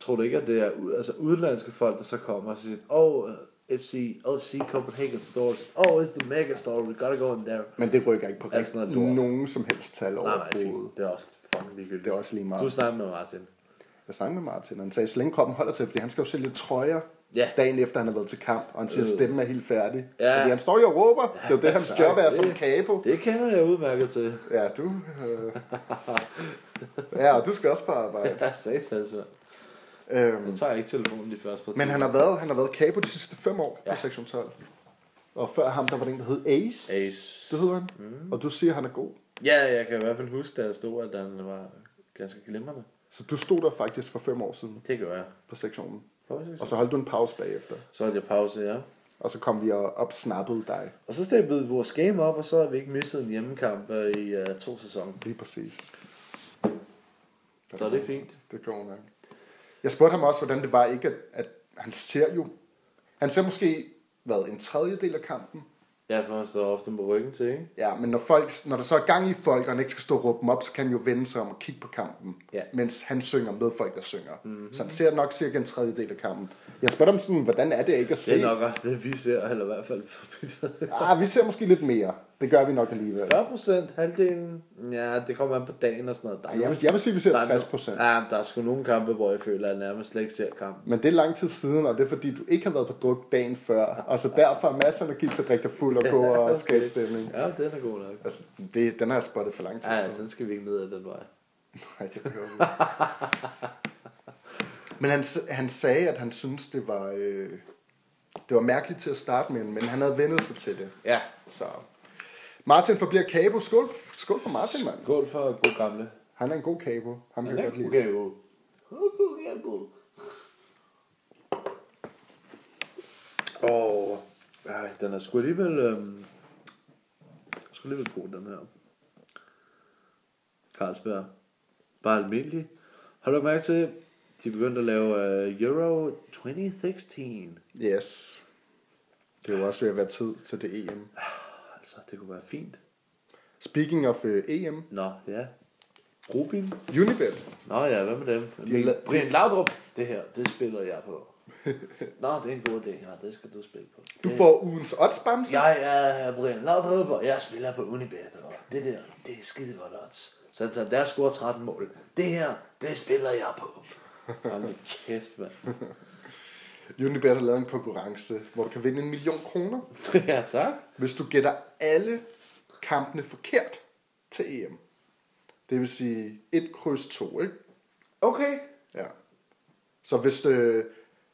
[SPEAKER 3] Tror du ikke, at det er ud, altså udenlandske folk, der så kommer og siger, oh, øh, FC, FC Copenhagen Stores, oh, it's the mega store, we gotta go in there.
[SPEAKER 2] Men det rykker ikke på
[SPEAKER 3] Altså noget
[SPEAKER 2] rigtig
[SPEAKER 3] lort.
[SPEAKER 2] nogen som helst tal
[SPEAKER 3] Nej, nej,
[SPEAKER 2] overhovedet.
[SPEAKER 3] fint. Det er også fucking ligegyldigt.
[SPEAKER 2] Det er også lige meget.
[SPEAKER 3] Du snakker med Martin.
[SPEAKER 2] Jeg snakkede med Martin, og han sagde, så længe kroppen holder til, fordi han skal jo sælge trøjer
[SPEAKER 3] Ja.
[SPEAKER 2] dagen efter, han har været til kamp, og han siger,
[SPEAKER 3] Øh.
[SPEAKER 2] stemmen er helt færdig.
[SPEAKER 3] Ja.
[SPEAKER 2] Fordi han står jo og råber. Det er jo det, hans job er som kabo.
[SPEAKER 3] Det kender jeg udmærket til.
[SPEAKER 2] Ja, du... Øh... ja, og du skal også på arbejde.
[SPEAKER 3] Jeg er satans, mand.
[SPEAKER 2] Øhm,
[SPEAKER 3] Jeg tager ikke telefonen de første par
[SPEAKER 2] men han har været, han har været kabo de sidste fem år ja.
[SPEAKER 3] Ja.
[SPEAKER 2] på sektion 12. Og før ham, der var den, der hed Ace.
[SPEAKER 3] Ace.
[SPEAKER 2] Det hedder han. Mm. Og du siger, han er god.
[SPEAKER 3] Ja, jeg kan i hvert fald huske, da jeg stod, at han var ganske glimrende.
[SPEAKER 2] Så du stod der faktisk for fem år siden
[SPEAKER 3] Det gør jeg.
[SPEAKER 2] på sektionen.
[SPEAKER 3] Prøv
[SPEAKER 2] Og
[SPEAKER 3] at se.
[SPEAKER 2] så holdt du en pause bagefter.
[SPEAKER 3] Så er jeg pause, ja.
[SPEAKER 2] Og så kom vi og opsnappede dig.
[SPEAKER 3] Og så stablede vi vores game op, og så har vi ikke mistet en hjemmekamp øh, i uh, to sæsoner.
[SPEAKER 2] Lige præcis.
[SPEAKER 3] Så er det fint.
[SPEAKER 2] Det går nok. Jeg spurgte ham også, hvordan det var ikke, at, at han ser jo... Han ser måske, hvad, en tredjedel af kampen.
[SPEAKER 3] Ja, for han står ofte med ryggen til, ikke?
[SPEAKER 2] Ja, men når, folk, når der så er gang i folk, og han ikke skal stå og råbe dem op, så kan han jo vende sig om og kigge på kampen,
[SPEAKER 3] Ja. Mhm.
[SPEAKER 2] mens han synger med folk, der synger. Mm-hmm. Så han ser nok cirka en tredjedel af kampen. Jeg spurgte ham sådan, hvordan er det ikke at
[SPEAKER 3] Det
[SPEAKER 2] se?
[SPEAKER 3] er nok også det, vi ser, eller i hvert fald for mit vedkommende.
[SPEAKER 2] Ah, vi ser måske lidt mere. Det gør vi nok alligevel.
[SPEAKER 3] 40 procent, halvdelen, ja, det kommer an på dagen og sådan noget. Der er
[SPEAKER 2] Ej, Jeg
[SPEAKER 3] nogen-
[SPEAKER 2] vil, jeg vil sige, at vi ser
[SPEAKER 3] der er
[SPEAKER 2] 60
[SPEAKER 3] nogen-
[SPEAKER 2] procent.
[SPEAKER 3] Ja, der er sgu nogle kampe, hvor jeg føler, at jeg nærmest slet ikke ser kampen.
[SPEAKER 2] Men det er lang tid siden, og det er fordi, du ikke har været på druk dagen før. Og så derfor er masserne gik så rigtig fuld og gå og skabe stemning.
[SPEAKER 3] Ja, den er god nok.
[SPEAKER 2] Altså, det, den har jeg spottet for lang tid
[SPEAKER 3] Ja,
[SPEAKER 2] siden.
[SPEAKER 3] den skal vi ikke ned ad den vej.
[SPEAKER 2] Nej, det behøver vi ikke. Men han, s- han sagde, at han syntes, det var, øh, det var mærkeligt til at starte med, men han havde vendet sig til det.
[SPEAKER 3] Ja.
[SPEAKER 2] Så Martin forbliver kabo. Skål, skål for Martin, mand.
[SPEAKER 3] Skål for god gamle.
[SPEAKER 2] Han er en god kabo. Ham kan jeg godt lide.
[SPEAKER 3] Okay, jo. Okay, jo. Åh, ej, den er sgu alligevel... Øhm, sgu alligevel god, den her. Carlsberg. Bare almindelig. Har du mærke til, de begyndte at lave øh, Euro 2016.
[SPEAKER 2] Yes. Det er jo også ved at være tid til det E EM.
[SPEAKER 3] Altså, det kunne være fint.
[SPEAKER 2] Speaking of øh, EM,
[SPEAKER 3] Nå, ja. Rubin.
[SPEAKER 2] Unibet.
[SPEAKER 3] Nå ja, hvad med dem? Men,
[SPEAKER 2] la-
[SPEAKER 3] Brian Laudrup, det her, det spiller jeg på. Nå, det er en god idé. Ja, det skal du spille på.
[SPEAKER 2] Du
[SPEAKER 3] Det-
[SPEAKER 2] får ugens oddsbamse.
[SPEAKER 3] Jeg er Brian Laudrup, og jeg spiller på Unibet, og det der, det er skide godt odds. Så han tager der score 13 mål. Det her, det spiller jeg på. Hold nu kæft, mand.
[SPEAKER 2] Unibet har lavet en konkurrence, hvor du kan vinde en million kroner,
[SPEAKER 3] ja, tak.
[SPEAKER 2] hvis du gætter alle kampene forkert til EM. Det vil sige 1 kryds 2, ikke?
[SPEAKER 3] Okay.
[SPEAKER 2] Ja. Så hvis, øh,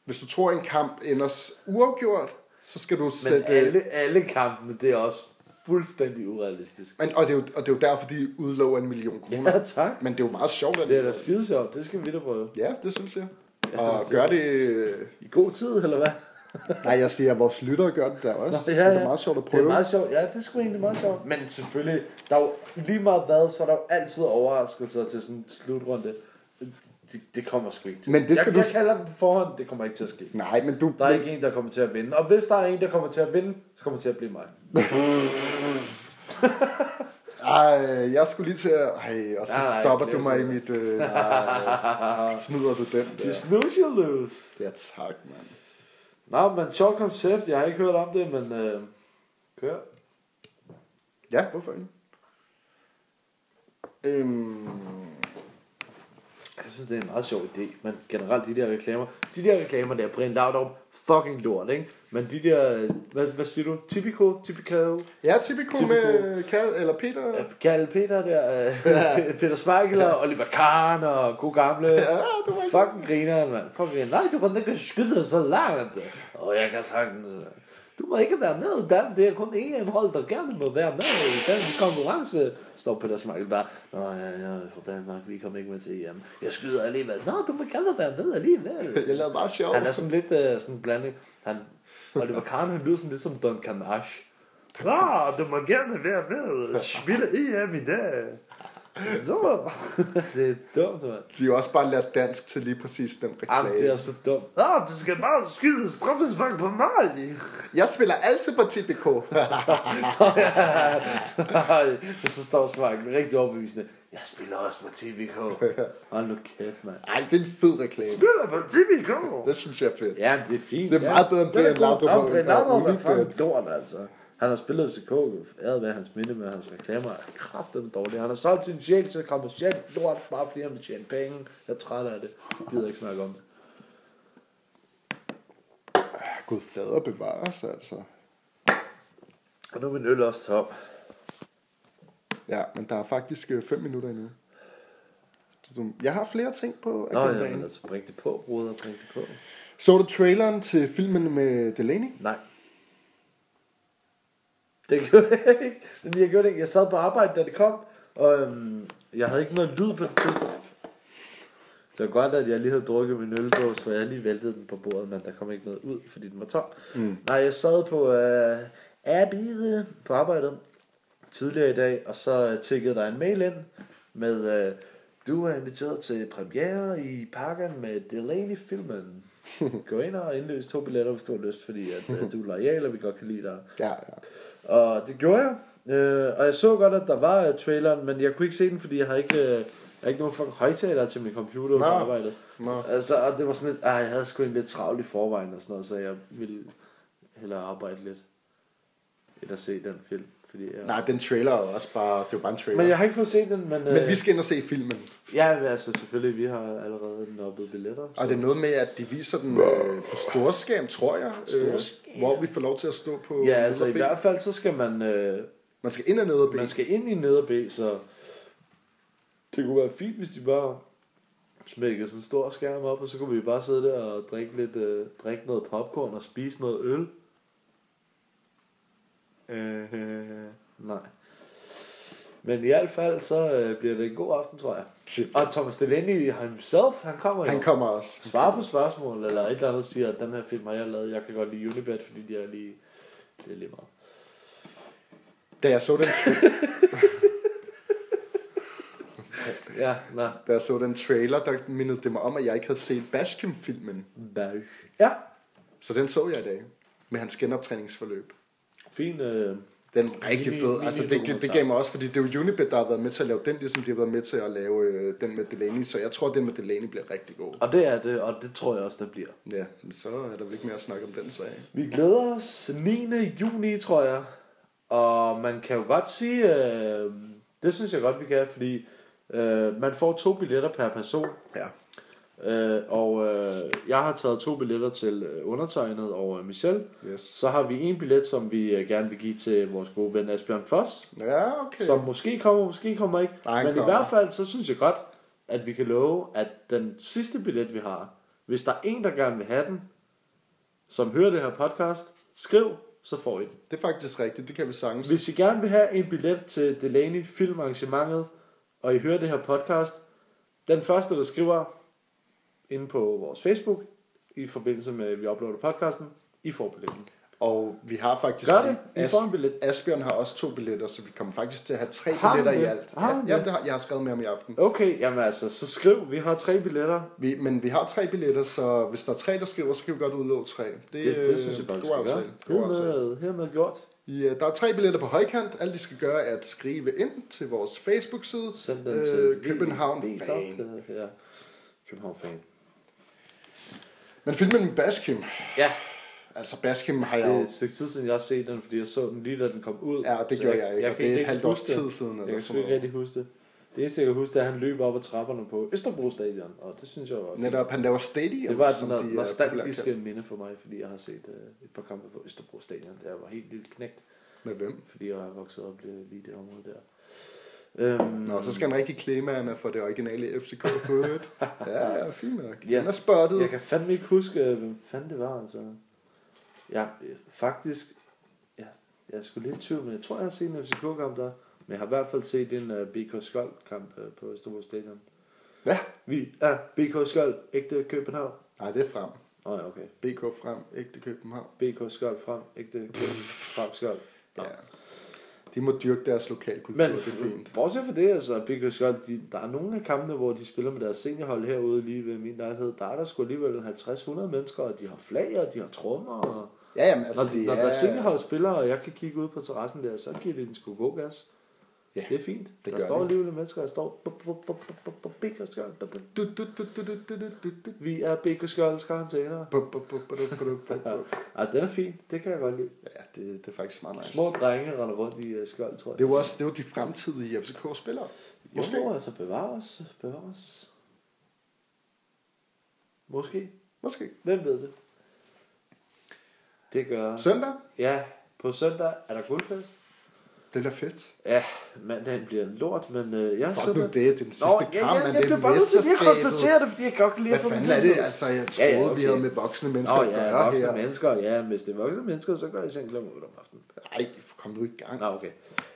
[SPEAKER 2] hvis du tror, en kamp ender s- uafgjort, så skal du
[SPEAKER 3] Men
[SPEAKER 2] sætte...
[SPEAKER 3] alle, alle kampene, det er også fuldstændig urealistisk.
[SPEAKER 2] Men, og, det er jo, og det er jo derfor, de udlover en million kroner.
[SPEAKER 3] Ja, tak.
[SPEAKER 2] Men det er jo meget sjovt. At,
[SPEAKER 3] Det er da skide sjovt. Det skal vi da prøve.
[SPEAKER 2] Ja, det synes jeg.
[SPEAKER 3] Ja,
[SPEAKER 2] og
[SPEAKER 3] det
[SPEAKER 2] gør det...
[SPEAKER 3] I god tid, eller hvad?
[SPEAKER 2] Nej, jeg siger, at vores lyttere gør det der også. Nå, ja, ja. Det er meget sjovt at prøve.
[SPEAKER 3] Det er meget sjovt. Ja, det er sgu egentlig meget sjovt. Men selvfølgelig, der er jo lige meget hvad, så er der jo altid overraskelser til sådan en slutrunde. Det, det kommer sgu ikke til.
[SPEAKER 2] Men det skal
[SPEAKER 3] jeg,
[SPEAKER 2] du-
[SPEAKER 3] jeg kalder den på forhånd, det kommer ikke til at ske.
[SPEAKER 2] Nej, men du...
[SPEAKER 3] Der er ikke en, der kommer til at vinde. Og hvis der er en, der kommer til at vinde, så kommer det til at blive mig.
[SPEAKER 2] Ej, jeg skulle lige til at... Ej, og så
[SPEAKER 3] Nej, nej,
[SPEAKER 2] stopper
[SPEAKER 3] det
[SPEAKER 2] du
[SPEAKER 3] er
[SPEAKER 2] mig i
[SPEAKER 3] fint.
[SPEAKER 2] mit... Øh, nej, smider du den
[SPEAKER 3] You
[SPEAKER 2] der.
[SPEAKER 3] snooze, you lose.
[SPEAKER 2] Ja, tak, mand.
[SPEAKER 3] Nå, men sjovt koncept. Jeg har ikke hørt om det, men... Øh, kør.
[SPEAKER 2] Ja, hvorfor ikke? Øhm,
[SPEAKER 3] Jeg synes, det er en meget sjov idé, men generelt de der reklamer, de der reklamer der, Brian Laudrup, fucking lort, ikke? Men de der, øh, hvad, hvad siger du? Typico, Typico,
[SPEAKER 2] ja, Tipico
[SPEAKER 3] Tipico.
[SPEAKER 2] med Karl, eller Peter.
[SPEAKER 3] Øh, Karl Peter der, ja. Peter Smeichel og Oliver Kahn og god gamle. Ja,
[SPEAKER 2] det var ikke-
[SPEAKER 3] fucking grineren, mand. Fucking grineren. Nej, du kan ikke skyde så langt. Og jeg kan sagtens... øh, Du må ikke være med i den. Det er kun én hold, der gerne må være med i den konkurrence. Står Peter Smeichel bare. Nå ja, ja, for Danmark, vi kommer ikke med til EM. Jeg skyder alligevel. Nå, du må gerne være med alligevel.
[SPEAKER 2] Jeg lavede meget sjov.
[SPEAKER 3] Han er sådan lidt øh, sådan blandet. Han, Oliver Kahn, han lyder sådan lidt som Don Canash. Nå, du må gerne være med. Spille EM i E dag. det er dumt, mand.
[SPEAKER 2] De har jo også bare lært dansk til lige præcis den reklame.
[SPEAKER 3] Jamen, det er så dumt. Ah, du skal bare skyde straffespark på mig.
[SPEAKER 2] Jeg spiller altid på TBK.
[SPEAKER 3] Nej, og så står Svarken rigtig overbevisende. Jeg spiller også på TVK. Hold nu kæft, mand.
[SPEAKER 2] Ej, det er en fed reklame.
[SPEAKER 3] Spiller på TVK!
[SPEAKER 2] Det synes jeg er fedt.
[SPEAKER 3] Ja, det er fint.
[SPEAKER 2] Det er meget bedre end Brian Laudrup og-
[SPEAKER 3] Laudrup. Brian Laudrup
[SPEAKER 2] og
[SPEAKER 3] er fandme
[SPEAKER 2] Ulrik.
[SPEAKER 3] lort, altså. Han har spillet FCK, æret være hans minde med hans reklamer. er kraftedeme dårlige. Han har solgt sin sjæl til kommersielt lort, bare fordi han vil tjene penge. Jeg er træt af det. Jeg gider ikke snakke om det.
[SPEAKER 2] Gud fader bevares, altså.
[SPEAKER 3] Og nu er min øl også tom.
[SPEAKER 2] Ja, men der er faktisk øh, fem minutter endnu. Så du- Jeg har flere ting på
[SPEAKER 3] Nå, ja, men
[SPEAKER 2] agendaen.
[SPEAKER 3] altså, bring det på, bruder, bring det på.
[SPEAKER 2] Så du traileren til filmen med Delaney?
[SPEAKER 3] Nej. Det gjorde jeg ikke. Men jeg gjorde det ikke. Jeg sad på arbejde, da det kom, og øhm, jeg havde ikke noget lyd på det tidspunkt. Det var godt, at jeg lige havde drukket min øldås, så jeg lige væltede den på bordet, men der kom ikke noget ud, fordi den var tom. Mm. Nej, jeg sad på øh, Abbey på arbejdet tidligere i dag, og så øh, tikkede der en mail ind med, øh, du er inviteret til premiere i parken med Delaney-filmen. Gå ind og indløs to billetter, hvis du har lyst, fordi at, øh, du er lojal, og vi godt kan lide dig.
[SPEAKER 2] Ja, ja.
[SPEAKER 3] Og det gjorde jeg. Øh, og jeg så godt, at der var uh, traileren, men jeg kunne ikke se den, fordi jeg havde ikke, øh, jeg havde ikke nogen fucking højtaler til min computer på
[SPEAKER 2] Nå.
[SPEAKER 3] arbejdet.
[SPEAKER 2] Nå.
[SPEAKER 3] Altså, og det var sådan lidt, ej, jeg havde sgu en lidt travlt i forvejen og sådan noget, så jeg ville hellere arbejde lidt, end at se den film. Fordi jeg...
[SPEAKER 2] Nej, den trailer er jo også bare... Det er jo bare en trailer. Øh,
[SPEAKER 3] Men jeg har ikke fået set den, men... øh,
[SPEAKER 2] Men vi skal ind og se filmen.
[SPEAKER 3] Ja, men altså selvfølgelig, vi har allerede noppet billetter.
[SPEAKER 2] Og det er noget med, at de viser den øh, på storskærm, tror jeg. Øh,
[SPEAKER 3] Storskærm.
[SPEAKER 2] hvor vi får lov til at stå på...
[SPEAKER 3] Ja, altså i
[SPEAKER 2] nederben.
[SPEAKER 3] hvert fald, så skal man... Øh,
[SPEAKER 2] Man skal ind og ned og
[SPEAKER 3] Man skal ind i neder B, så det kunne være fint, hvis de bare smækkede sådan en stor skærm op, og så kunne vi bare sidde der og drikke, lidt, øh, drikke noget popcorn og spise noget øl. Øh, øh, nej. Men i hvert fald, så øh, bliver det en god aften, tror jeg. Og Thomas Delaney himself, han kommer jo.
[SPEAKER 2] Han kommer også.
[SPEAKER 3] Svarer på spørgsmål, eller et eller andet siger, at den her film har jeg lavet, jeg kan godt lide Unibet, fordi de er lige... Det er lige meget.
[SPEAKER 2] Da jeg så den,
[SPEAKER 3] Ja, nej.
[SPEAKER 2] da jeg så den trailer, der mindede det mig om, at jeg ikke havde set Bastion-filmen.
[SPEAKER 3] Bye. Ja,
[SPEAKER 2] Så den så jeg i dag. Med hans genoptræningsforløb.
[SPEAKER 3] Fin, øh,
[SPEAKER 2] Den er rigtig
[SPEAKER 3] Mini-
[SPEAKER 2] fed. Altså, det, det, det
[SPEAKER 3] mini-dokumentar.
[SPEAKER 2] gav mig også, fordi det er jo Unibet, der har været med til at lave den, ligesom de har været med til at lave øh, den med Delaney. Så jeg tror, at den med Delaney bliver rigtig god.
[SPEAKER 3] og det er det, og det tror jeg også, der bliver.
[SPEAKER 2] Ja, men så er der vel ikke mere at snakke om den sag.
[SPEAKER 3] Vi glæder os 9. juni, tror jeg. Og man kan jo godt sige, øh, det synes jeg godt, vi kan, fordi øh, man får to billetter per person.
[SPEAKER 2] Ja.
[SPEAKER 3] Øh, og øh, jeg har taget to billetter til øh, undertegnet og øh, Michelle.
[SPEAKER 2] Yes.
[SPEAKER 3] Så har vi en billet, som vi øh, gerne vil give til vores gode ven Asbjørn Foss.
[SPEAKER 2] Ja, okay.
[SPEAKER 3] Som måske kommer, måske kommer ikke.
[SPEAKER 2] Nej, han
[SPEAKER 3] Men
[SPEAKER 2] kommer.
[SPEAKER 3] i hvert fald, så synes jeg godt, at vi kan love, at den sidste billet, vi har, hvis der er en, der gerne vil have den, som hører det her podcast, skriv, så får I den.
[SPEAKER 2] Det er faktisk rigtigt, det kan vi sagtens.
[SPEAKER 3] Hvis I gerne vil have en billet til Delaney filmarrangementet, og I hører det her podcast, den første, der skriver inde på vores Facebook, i forbindelse med, at vi uploader podcasten, I får billetten.
[SPEAKER 2] Og vi har faktisk...
[SPEAKER 3] Gør det. Vi
[SPEAKER 2] As-
[SPEAKER 3] får en billet.
[SPEAKER 2] Asbjørn har også to billetter, så vi kommer faktisk til at have tre
[SPEAKER 3] Har han
[SPEAKER 2] billetter i
[SPEAKER 3] det?
[SPEAKER 2] alt.
[SPEAKER 3] Har
[SPEAKER 2] ja,
[SPEAKER 3] han det?
[SPEAKER 2] jamen, det har, jeg har skrevet med ham i aften.
[SPEAKER 3] Okay, jamen altså, så skriv, vi har tre billetter,
[SPEAKER 2] Vi, men vi har tre billetter, så hvis der er tre, der skriver, så kan vi godt udlåge tre. Det,
[SPEAKER 3] Det,
[SPEAKER 2] øh,
[SPEAKER 3] det synes jeg bare, vi
[SPEAKER 2] god
[SPEAKER 3] skal gøre.
[SPEAKER 2] aftale. God aftale.
[SPEAKER 3] Hermed, hermed gjort.
[SPEAKER 2] Ja, øh, der er tre billetter på højkant. Alt, de skal gøre, er at skrive ind til vores Facebook-side.
[SPEAKER 3] Send den til
[SPEAKER 2] Øh, København
[SPEAKER 3] V- V-
[SPEAKER 2] Fan.
[SPEAKER 3] til- Ja. København Fan.
[SPEAKER 2] Men filmen med Baskim.
[SPEAKER 3] Ja,
[SPEAKER 2] Altså, Baskim har
[SPEAKER 3] det er
[SPEAKER 2] jeg
[SPEAKER 3] et stykke tid siden, jeg har set den, fordi jeg så den lige da den kom ud.
[SPEAKER 2] Ja, det
[SPEAKER 3] Så
[SPEAKER 2] gjorde jeg ikke, og det
[SPEAKER 3] kan
[SPEAKER 2] er et
[SPEAKER 3] rigtig
[SPEAKER 2] halvt års
[SPEAKER 3] huske det.
[SPEAKER 2] tid siden, eller
[SPEAKER 3] Jeg kan
[SPEAKER 2] sådan
[SPEAKER 3] sgu ikke
[SPEAKER 2] noget.
[SPEAKER 3] rigtig huske det. Det eneste, jeg kan huske, det er, at han løber op ad trapperne på Østerbro Stadion, og det synes jeg var fint.
[SPEAKER 2] Netop, han laver stadium.
[SPEAKER 3] Det var sådan
[SPEAKER 2] øh,
[SPEAKER 3] noget nostalgiske minde for mig, fordi jeg har set øh, et par kampe på Østerbro Stadion, da jeg var helt lille knægt,
[SPEAKER 2] Med hvem?
[SPEAKER 3] fordi jeg er vokset op øh, lige i det område der. Øhm,
[SPEAKER 2] Nå, så skal han rigtig klimaerne for det originale FCK på øvrigt. Ja, ja, fint nok.
[SPEAKER 3] Ja.
[SPEAKER 2] Ja. Den er spottet.
[SPEAKER 3] Jeg kan fandme ikke huske, øh, hvem fanden det var, altså. Jeg, øh, faktisk, ja, jeg skulle lidt i tvivl, men jeg tror, jeg har set en FCK-kamp der. Men jeg har i hvert fald set en uh, BK Skold-kamp uh, på Østerbro Stadion.
[SPEAKER 2] Ja.
[SPEAKER 3] Vi er BK Skold, ægte København.
[SPEAKER 2] Nej, det er frem.
[SPEAKER 3] Åh oh, ja, okay.
[SPEAKER 2] BK frem, ægte København.
[SPEAKER 3] BK Skold frem, ægte København, frem Skold. Nå.
[SPEAKER 2] Ja. De De må dyrke deres lokalkultur,
[SPEAKER 3] Men
[SPEAKER 2] Men, det er fint.
[SPEAKER 3] bortset fra det, altså, Big Gold, de, der er nogle af kampene, hvor de spiller med deres seniorhold herude lige ved min lejlighed. Der er der sgu alligevel 50-100 mennesker, og de har flag, og de har trommer. Og...
[SPEAKER 2] Ja, jamen,
[SPEAKER 3] Altså,
[SPEAKER 2] altså,
[SPEAKER 3] når,
[SPEAKER 2] det
[SPEAKER 3] de, når
[SPEAKER 2] er...
[SPEAKER 3] der er seniorhold spiller, og jeg kan kigge ud på terrassen der, så giver det den sgu god gas.
[SPEAKER 2] Ja,
[SPEAKER 3] Det er fint.
[SPEAKER 2] det
[SPEAKER 3] der
[SPEAKER 2] gør
[SPEAKER 3] står
[SPEAKER 2] det.
[SPEAKER 3] alligevel mennesker, der står... "Bup, bup, bup, bup, bup, bup, Big og Skjold, bup, bup."
[SPEAKER 2] Du, du, du, du, du, du, du, du, du.
[SPEAKER 3] Vi er Big og Skjolds karantæner.
[SPEAKER 2] Bu- bu- bu- bu- du- bu- du- bu- bu.
[SPEAKER 3] Ja, den er fin. Det kan jeg godt lide.
[SPEAKER 2] Ja, det, det er faktisk meget nice.
[SPEAKER 3] Små drenge render rundt i uh, skjold, tror jeg.
[SPEAKER 2] Det er jo også det er jo de fremtidige FCK-spillere. Måske.
[SPEAKER 3] Måske. Jo, altså bevares. Bevares. Måske.
[SPEAKER 2] Måske.
[SPEAKER 3] Hvem ved det? Det gør...
[SPEAKER 2] Søndag,
[SPEAKER 3] Ja, på søndag er der guldfest.
[SPEAKER 2] det bliver fedt.
[SPEAKER 3] Ja, mandagen bliver en lort, men øh, jeg
[SPEAKER 2] Fuck nu det, det er den sidste kamp,
[SPEAKER 3] ja, ja,
[SPEAKER 2] men
[SPEAKER 3] jeg
[SPEAKER 2] det
[SPEAKER 3] blev
[SPEAKER 2] er
[SPEAKER 3] bare nødt til lige at
[SPEAKER 2] mesterskabet.
[SPEAKER 3] konstatere det, fordi jeg godt kan lide
[SPEAKER 2] Hvad
[SPEAKER 3] at få
[SPEAKER 2] fanden
[SPEAKER 3] mit
[SPEAKER 2] er
[SPEAKER 3] liv
[SPEAKER 2] det?
[SPEAKER 3] ned.
[SPEAKER 2] Altså, jeg
[SPEAKER 3] Ja,
[SPEAKER 2] troede,
[SPEAKER 3] ja,
[SPEAKER 2] ja, vi
[SPEAKER 3] okay.
[SPEAKER 2] havde med voksne
[SPEAKER 3] Nå
[SPEAKER 2] mennesker at
[SPEAKER 3] ja,
[SPEAKER 2] gøre
[SPEAKER 3] voksne
[SPEAKER 2] her.
[SPEAKER 3] mennesker, ja, hvis det er voksne mennesker, så går jeg i seng kl. 8 om aftenen.
[SPEAKER 2] Nej, kom nu i gang.
[SPEAKER 3] Nå, okay.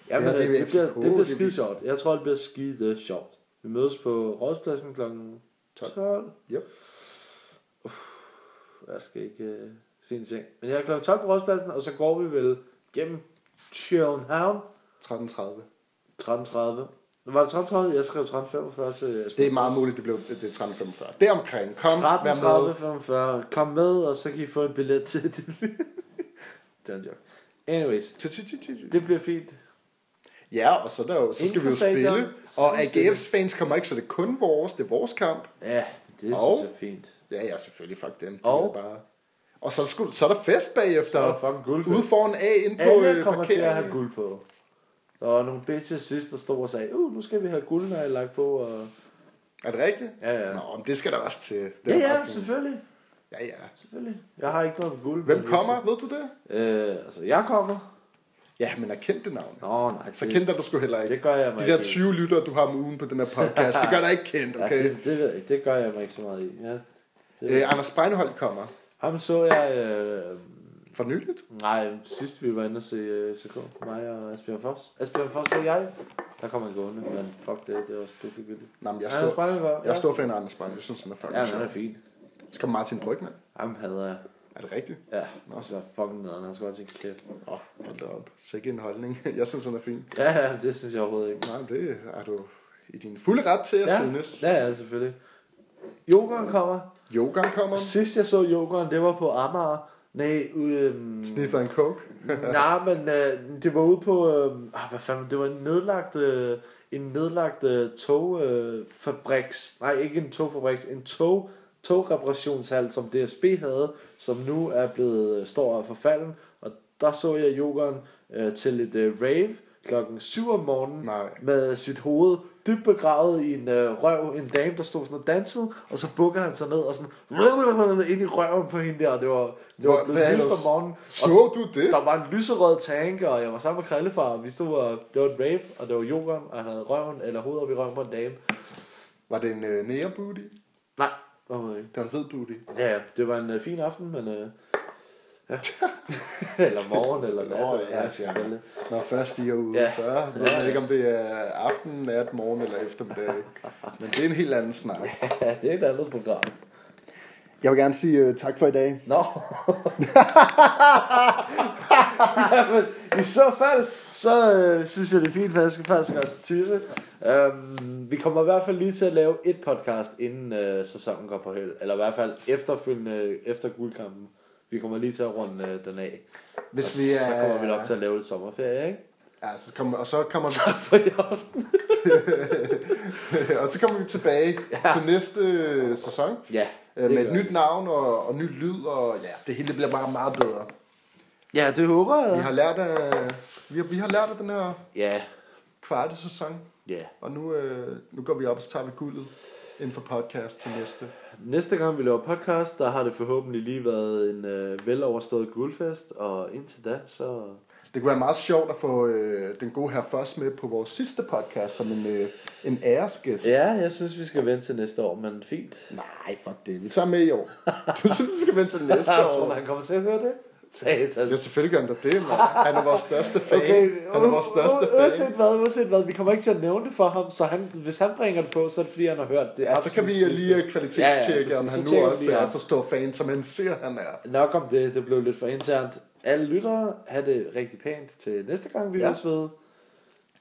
[SPEAKER 3] Jamen,
[SPEAKER 2] Ja, det er
[SPEAKER 3] det,
[SPEAKER 2] ved
[SPEAKER 3] det, bliver,
[SPEAKER 2] FCK,
[SPEAKER 3] det bliver
[SPEAKER 2] det
[SPEAKER 3] skide
[SPEAKER 2] bliver-
[SPEAKER 3] sjovt. Jeg tror, det bliver skide sjovt. Vi mødes på Rådspladsen kl. 12.
[SPEAKER 2] Yep.
[SPEAKER 3] Jeg skal ikke øh, se en ting. Men jeg er kl. 12 på Rådspladsen, og så går vi vel gennem København
[SPEAKER 2] 13.30.
[SPEAKER 3] 13.30. Var det 13.30? Jeg skrev 13.45 til Jesper.
[SPEAKER 2] Det er meget muligt, det blev det er 13.45. Det er omkring. Kom, vær med.
[SPEAKER 3] 13.30, 45. Kom med, og så kan I få en billet til det. det er en joke. Anyways,
[SPEAKER 2] Tju, tju, tju, tju, tju.
[SPEAKER 3] det bliver fint.
[SPEAKER 2] Ja, og så, er der jo, så
[SPEAKER 3] Inden
[SPEAKER 2] skal vi
[SPEAKER 3] for
[SPEAKER 2] jo
[SPEAKER 3] stadion,
[SPEAKER 2] spille.
[SPEAKER 3] så skal
[SPEAKER 2] Og
[SPEAKER 3] vi spille.
[SPEAKER 2] AGF's fans kommer ikke, så det er kun vores. Det er vores kamp.
[SPEAKER 3] Ja, det
[SPEAKER 2] Og-
[SPEAKER 3] synes jeg er fint.
[SPEAKER 2] Ja, ja, selvfølgelig. Fuck dem. De
[SPEAKER 3] Og?
[SPEAKER 2] er bare... Og så, skulle, så er der fest bagefter. Så
[SPEAKER 3] er der fucking guldfest.
[SPEAKER 2] Ude foran A ind på
[SPEAKER 3] Alle
[SPEAKER 2] øh,
[SPEAKER 3] kommer til at have
[SPEAKER 2] parkeringen.
[SPEAKER 3] guld på. Der var nogle bitches sidst, der stod og sagde, uh, nu skal vi have guldnegle lagt på. Og...
[SPEAKER 2] Er det rigtigt?
[SPEAKER 3] Ja, ja.
[SPEAKER 2] Nå, men det skal der også til. Det er
[SPEAKER 3] Ja, ja,
[SPEAKER 2] meget fint.
[SPEAKER 3] selvfølgelig.
[SPEAKER 2] ja, ja.
[SPEAKER 3] Selvfølgelig. Jeg har ikke noget med guld.
[SPEAKER 2] Hvem
[SPEAKER 3] men
[SPEAKER 2] kommer? Ved du det?
[SPEAKER 3] Øh, altså, jeg kommer.
[SPEAKER 2] Ja, men er kendte navne.
[SPEAKER 3] Nå, nej.
[SPEAKER 2] Så
[SPEAKER 3] det-
[SPEAKER 2] kendte du sgu heller ikke.
[SPEAKER 3] det gør jeg mig
[SPEAKER 2] De der
[SPEAKER 3] ikke.
[SPEAKER 2] 20 lyttere, du har om ugen på den her podcast, det gør dig ikke kendt,
[SPEAKER 3] Ja,
[SPEAKER 2] okay?
[SPEAKER 3] det, det, ved jeg ikke. Det gør jeg mig ikke så meget i. Ja, det,
[SPEAKER 2] Øh, Anders Breinholt kommer.
[SPEAKER 3] Ham så jeg... Øh,
[SPEAKER 2] For nyligt?
[SPEAKER 3] Nej, sidst vi var inde og se øh, FCK, mig og Asbjørn Foss. Asbjørn Foss og jeg, der kom han gående, men fuck det, det var pisse gyldigt.
[SPEAKER 2] Nå, men jeg
[SPEAKER 3] Han er
[SPEAKER 2] står...
[SPEAKER 3] sprængende godt.
[SPEAKER 2] Jeg er stor fan af Anders Breinholt. Jeg synes, han er
[SPEAKER 3] Ja,
[SPEAKER 2] fucking
[SPEAKER 3] men han
[SPEAKER 2] sjov.
[SPEAKER 3] er fin.
[SPEAKER 2] Så kommer Martin Brygman.
[SPEAKER 3] Ham hader jeg.
[SPEAKER 2] Er det rigtigt?
[SPEAKER 3] Ja, og så er fucking nederen, han skal bare til kæft.
[SPEAKER 2] Åh, oh, hold da op. Sikke en holdning. Jeg synes, han er fin.
[SPEAKER 3] Ja, ja, det synes jeg overhovedet ikke.
[SPEAKER 2] Nej, det er du i din fulde ret til at
[SPEAKER 3] Ja,
[SPEAKER 2] synes.
[SPEAKER 3] ja, ja selvfølgelig. Jokeren kommer.
[SPEAKER 2] Yoga kommer.
[SPEAKER 3] Sidst jeg så Jokeren, det var på Amager. Nej, øhm,
[SPEAKER 2] Sniffer en coke.
[SPEAKER 3] nej, men øh, det var ude på, øh, ah, hvad fanden, det var en nedlagt, øh, en nedlagt øh, togfabriks, øh, fabriks- nej ikke en togfabriks, en tog, togreparationshal, som DSB havde, som nu er blevet, øh, står og er forfalden, og der så jeg yogeren øh, til et øh, rave klokken 7 om morgenen,
[SPEAKER 2] Nej.
[SPEAKER 3] med sit hoved dybt begravet i en øh, røv, en dame, der stod sådan og dansede, og så bukker han sig ned og sådan ind i røven på hende der, og det var, det
[SPEAKER 2] Hvor-
[SPEAKER 3] var blevet
[SPEAKER 2] hvad er
[SPEAKER 3] lyst
[SPEAKER 2] du-
[SPEAKER 3] om morgenen. Og
[SPEAKER 2] Så du det?
[SPEAKER 3] der var en lyserød tank, og jeg var sammen med Krillefar, og vi stod og, det var en rave, og det var yoghurt, og han havde røven, eller hovedet op i røven på en dame.
[SPEAKER 2] Var det en uh, nære booty?
[SPEAKER 3] Nej, overhovedet ikke.
[SPEAKER 2] Det var en fed booty.
[SPEAKER 3] Ja, ja, det var en uh, fin aften, men... Uh, ja. eller morgen, eller nat,
[SPEAKER 2] Nå,
[SPEAKER 3] eller
[SPEAKER 2] ja,
[SPEAKER 3] hvad
[SPEAKER 2] ja.
[SPEAKER 3] skal det.
[SPEAKER 2] Når først de er ude,
[SPEAKER 3] Ja.
[SPEAKER 2] ja. så ved man ikke, om det er aften, nat, morgen eller eftermiddag. Men det er en helt anden snak.
[SPEAKER 3] ja, det er et andet program.
[SPEAKER 2] Jeg vil gerne sige uh, tak for i dag.
[SPEAKER 3] Nå. Jamen, i så fald, så øh, synes jeg, det er fint, for jeg skal faktisk også tisse. Øhm, vi kommer i hvert fald lige til at lave et podcast, inden øh, sæsonen går på held. Eller i hvert fald efterfølgende, efter guldkampen. Vi kommer lige til at runde øh, den af.
[SPEAKER 2] Hvis
[SPEAKER 3] og
[SPEAKER 2] vi er...
[SPEAKER 3] Så kommer vi nok til at lave lidt sommerferie, ikke?
[SPEAKER 2] Ja, så kommer, og, så kommer
[SPEAKER 3] Tak for i aften.
[SPEAKER 2] vi, og så kommer vi tilbage ja. til næste øh, sæson.
[SPEAKER 3] Ja,
[SPEAKER 2] Øh, med
[SPEAKER 3] gør
[SPEAKER 2] et
[SPEAKER 3] vi.
[SPEAKER 2] nyt navn og, og ny lyd, og ja, det hele bliver bare meget bedre.
[SPEAKER 3] Ja, det håber jeg.
[SPEAKER 2] Vi
[SPEAKER 3] da.
[SPEAKER 2] har lært af, vi har, vi har lært af den her
[SPEAKER 3] Ja,
[SPEAKER 2] kvarte sæson,
[SPEAKER 3] ja.
[SPEAKER 2] og nu, øh, nu går vi op, og så tager vi guldet inden for podcast til næste.
[SPEAKER 3] Næste gang vi laver podcast, der har det forhåbentlig lige været en øh, veloverstået guldfest, og indtil da, så
[SPEAKER 2] Det kunne være meget sjovt at få øh, den gode her først med på vores sidste podcast som en, øh, en æresgæst.
[SPEAKER 3] Ja, jeg synes, vi skal vente til næste år, men fint.
[SPEAKER 2] Nej, fuck det. Øh, Vi tager med i år. Du synes, du skal vente til næste
[SPEAKER 3] Jeg tror, du,
[SPEAKER 2] år.
[SPEAKER 3] han kommer til at høre det.
[SPEAKER 2] Ja,
[SPEAKER 3] Satan.
[SPEAKER 2] selvfølgelig gør han da det, mand. Han er vores største fan. han er vores største
[SPEAKER 3] u- u-
[SPEAKER 2] fan.
[SPEAKER 3] uanset hvad, uanset hvad, vi kommer ikke til at nævne det for ham, så han, hvis han bringer det på, så er det fordi, han har hørt det.
[SPEAKER 2] Ja, så kan vi
[SPEAKER 3] absolut sidste.
[SPEAKER 2] lige øh, kvalitetstjekke, ja, ja, om
[SPEAKER 3] præcis.
[SPEAKER 2] han nu
[SPEAKER 3] Så tjekker vi
[SPEAKER 2] også
[SPEAKER 3] lige
[SPEAKER 2] er
[SPEAKER 3] ham.
[SPEAKER 2] så stor fan, som han ser, han er.
[SPEAKER 3] Nok om det, det blev lidt for internt. Alle lyttere, have det rigtig pænt til næste gang, vi
[SPEAKER 2] Ja.
[SPEAKER 3] ja. ved.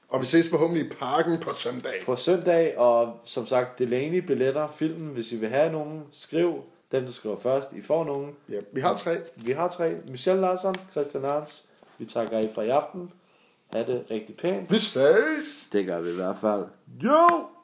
[SPEAKER 2] Og vi ses forhåbentlig i parken på søndag.
[SPEAKER 3] på søndag, og som sagt, Delaney billetter filmen, hvis I vil have nogen, skriv. Dem, der skriver først, I får nogen.
[SPEAKER 2] Ja, vi har tre.
[SPEAKER 3] Vi har tre. Michelle Larsen, Christian Arns. Vi takker I for i aften. Ha' det rigtig pænt.
[SPEAKER 2] Vi ses!
[SPEAKER 3] Det gør vi i hvert fald. Jo!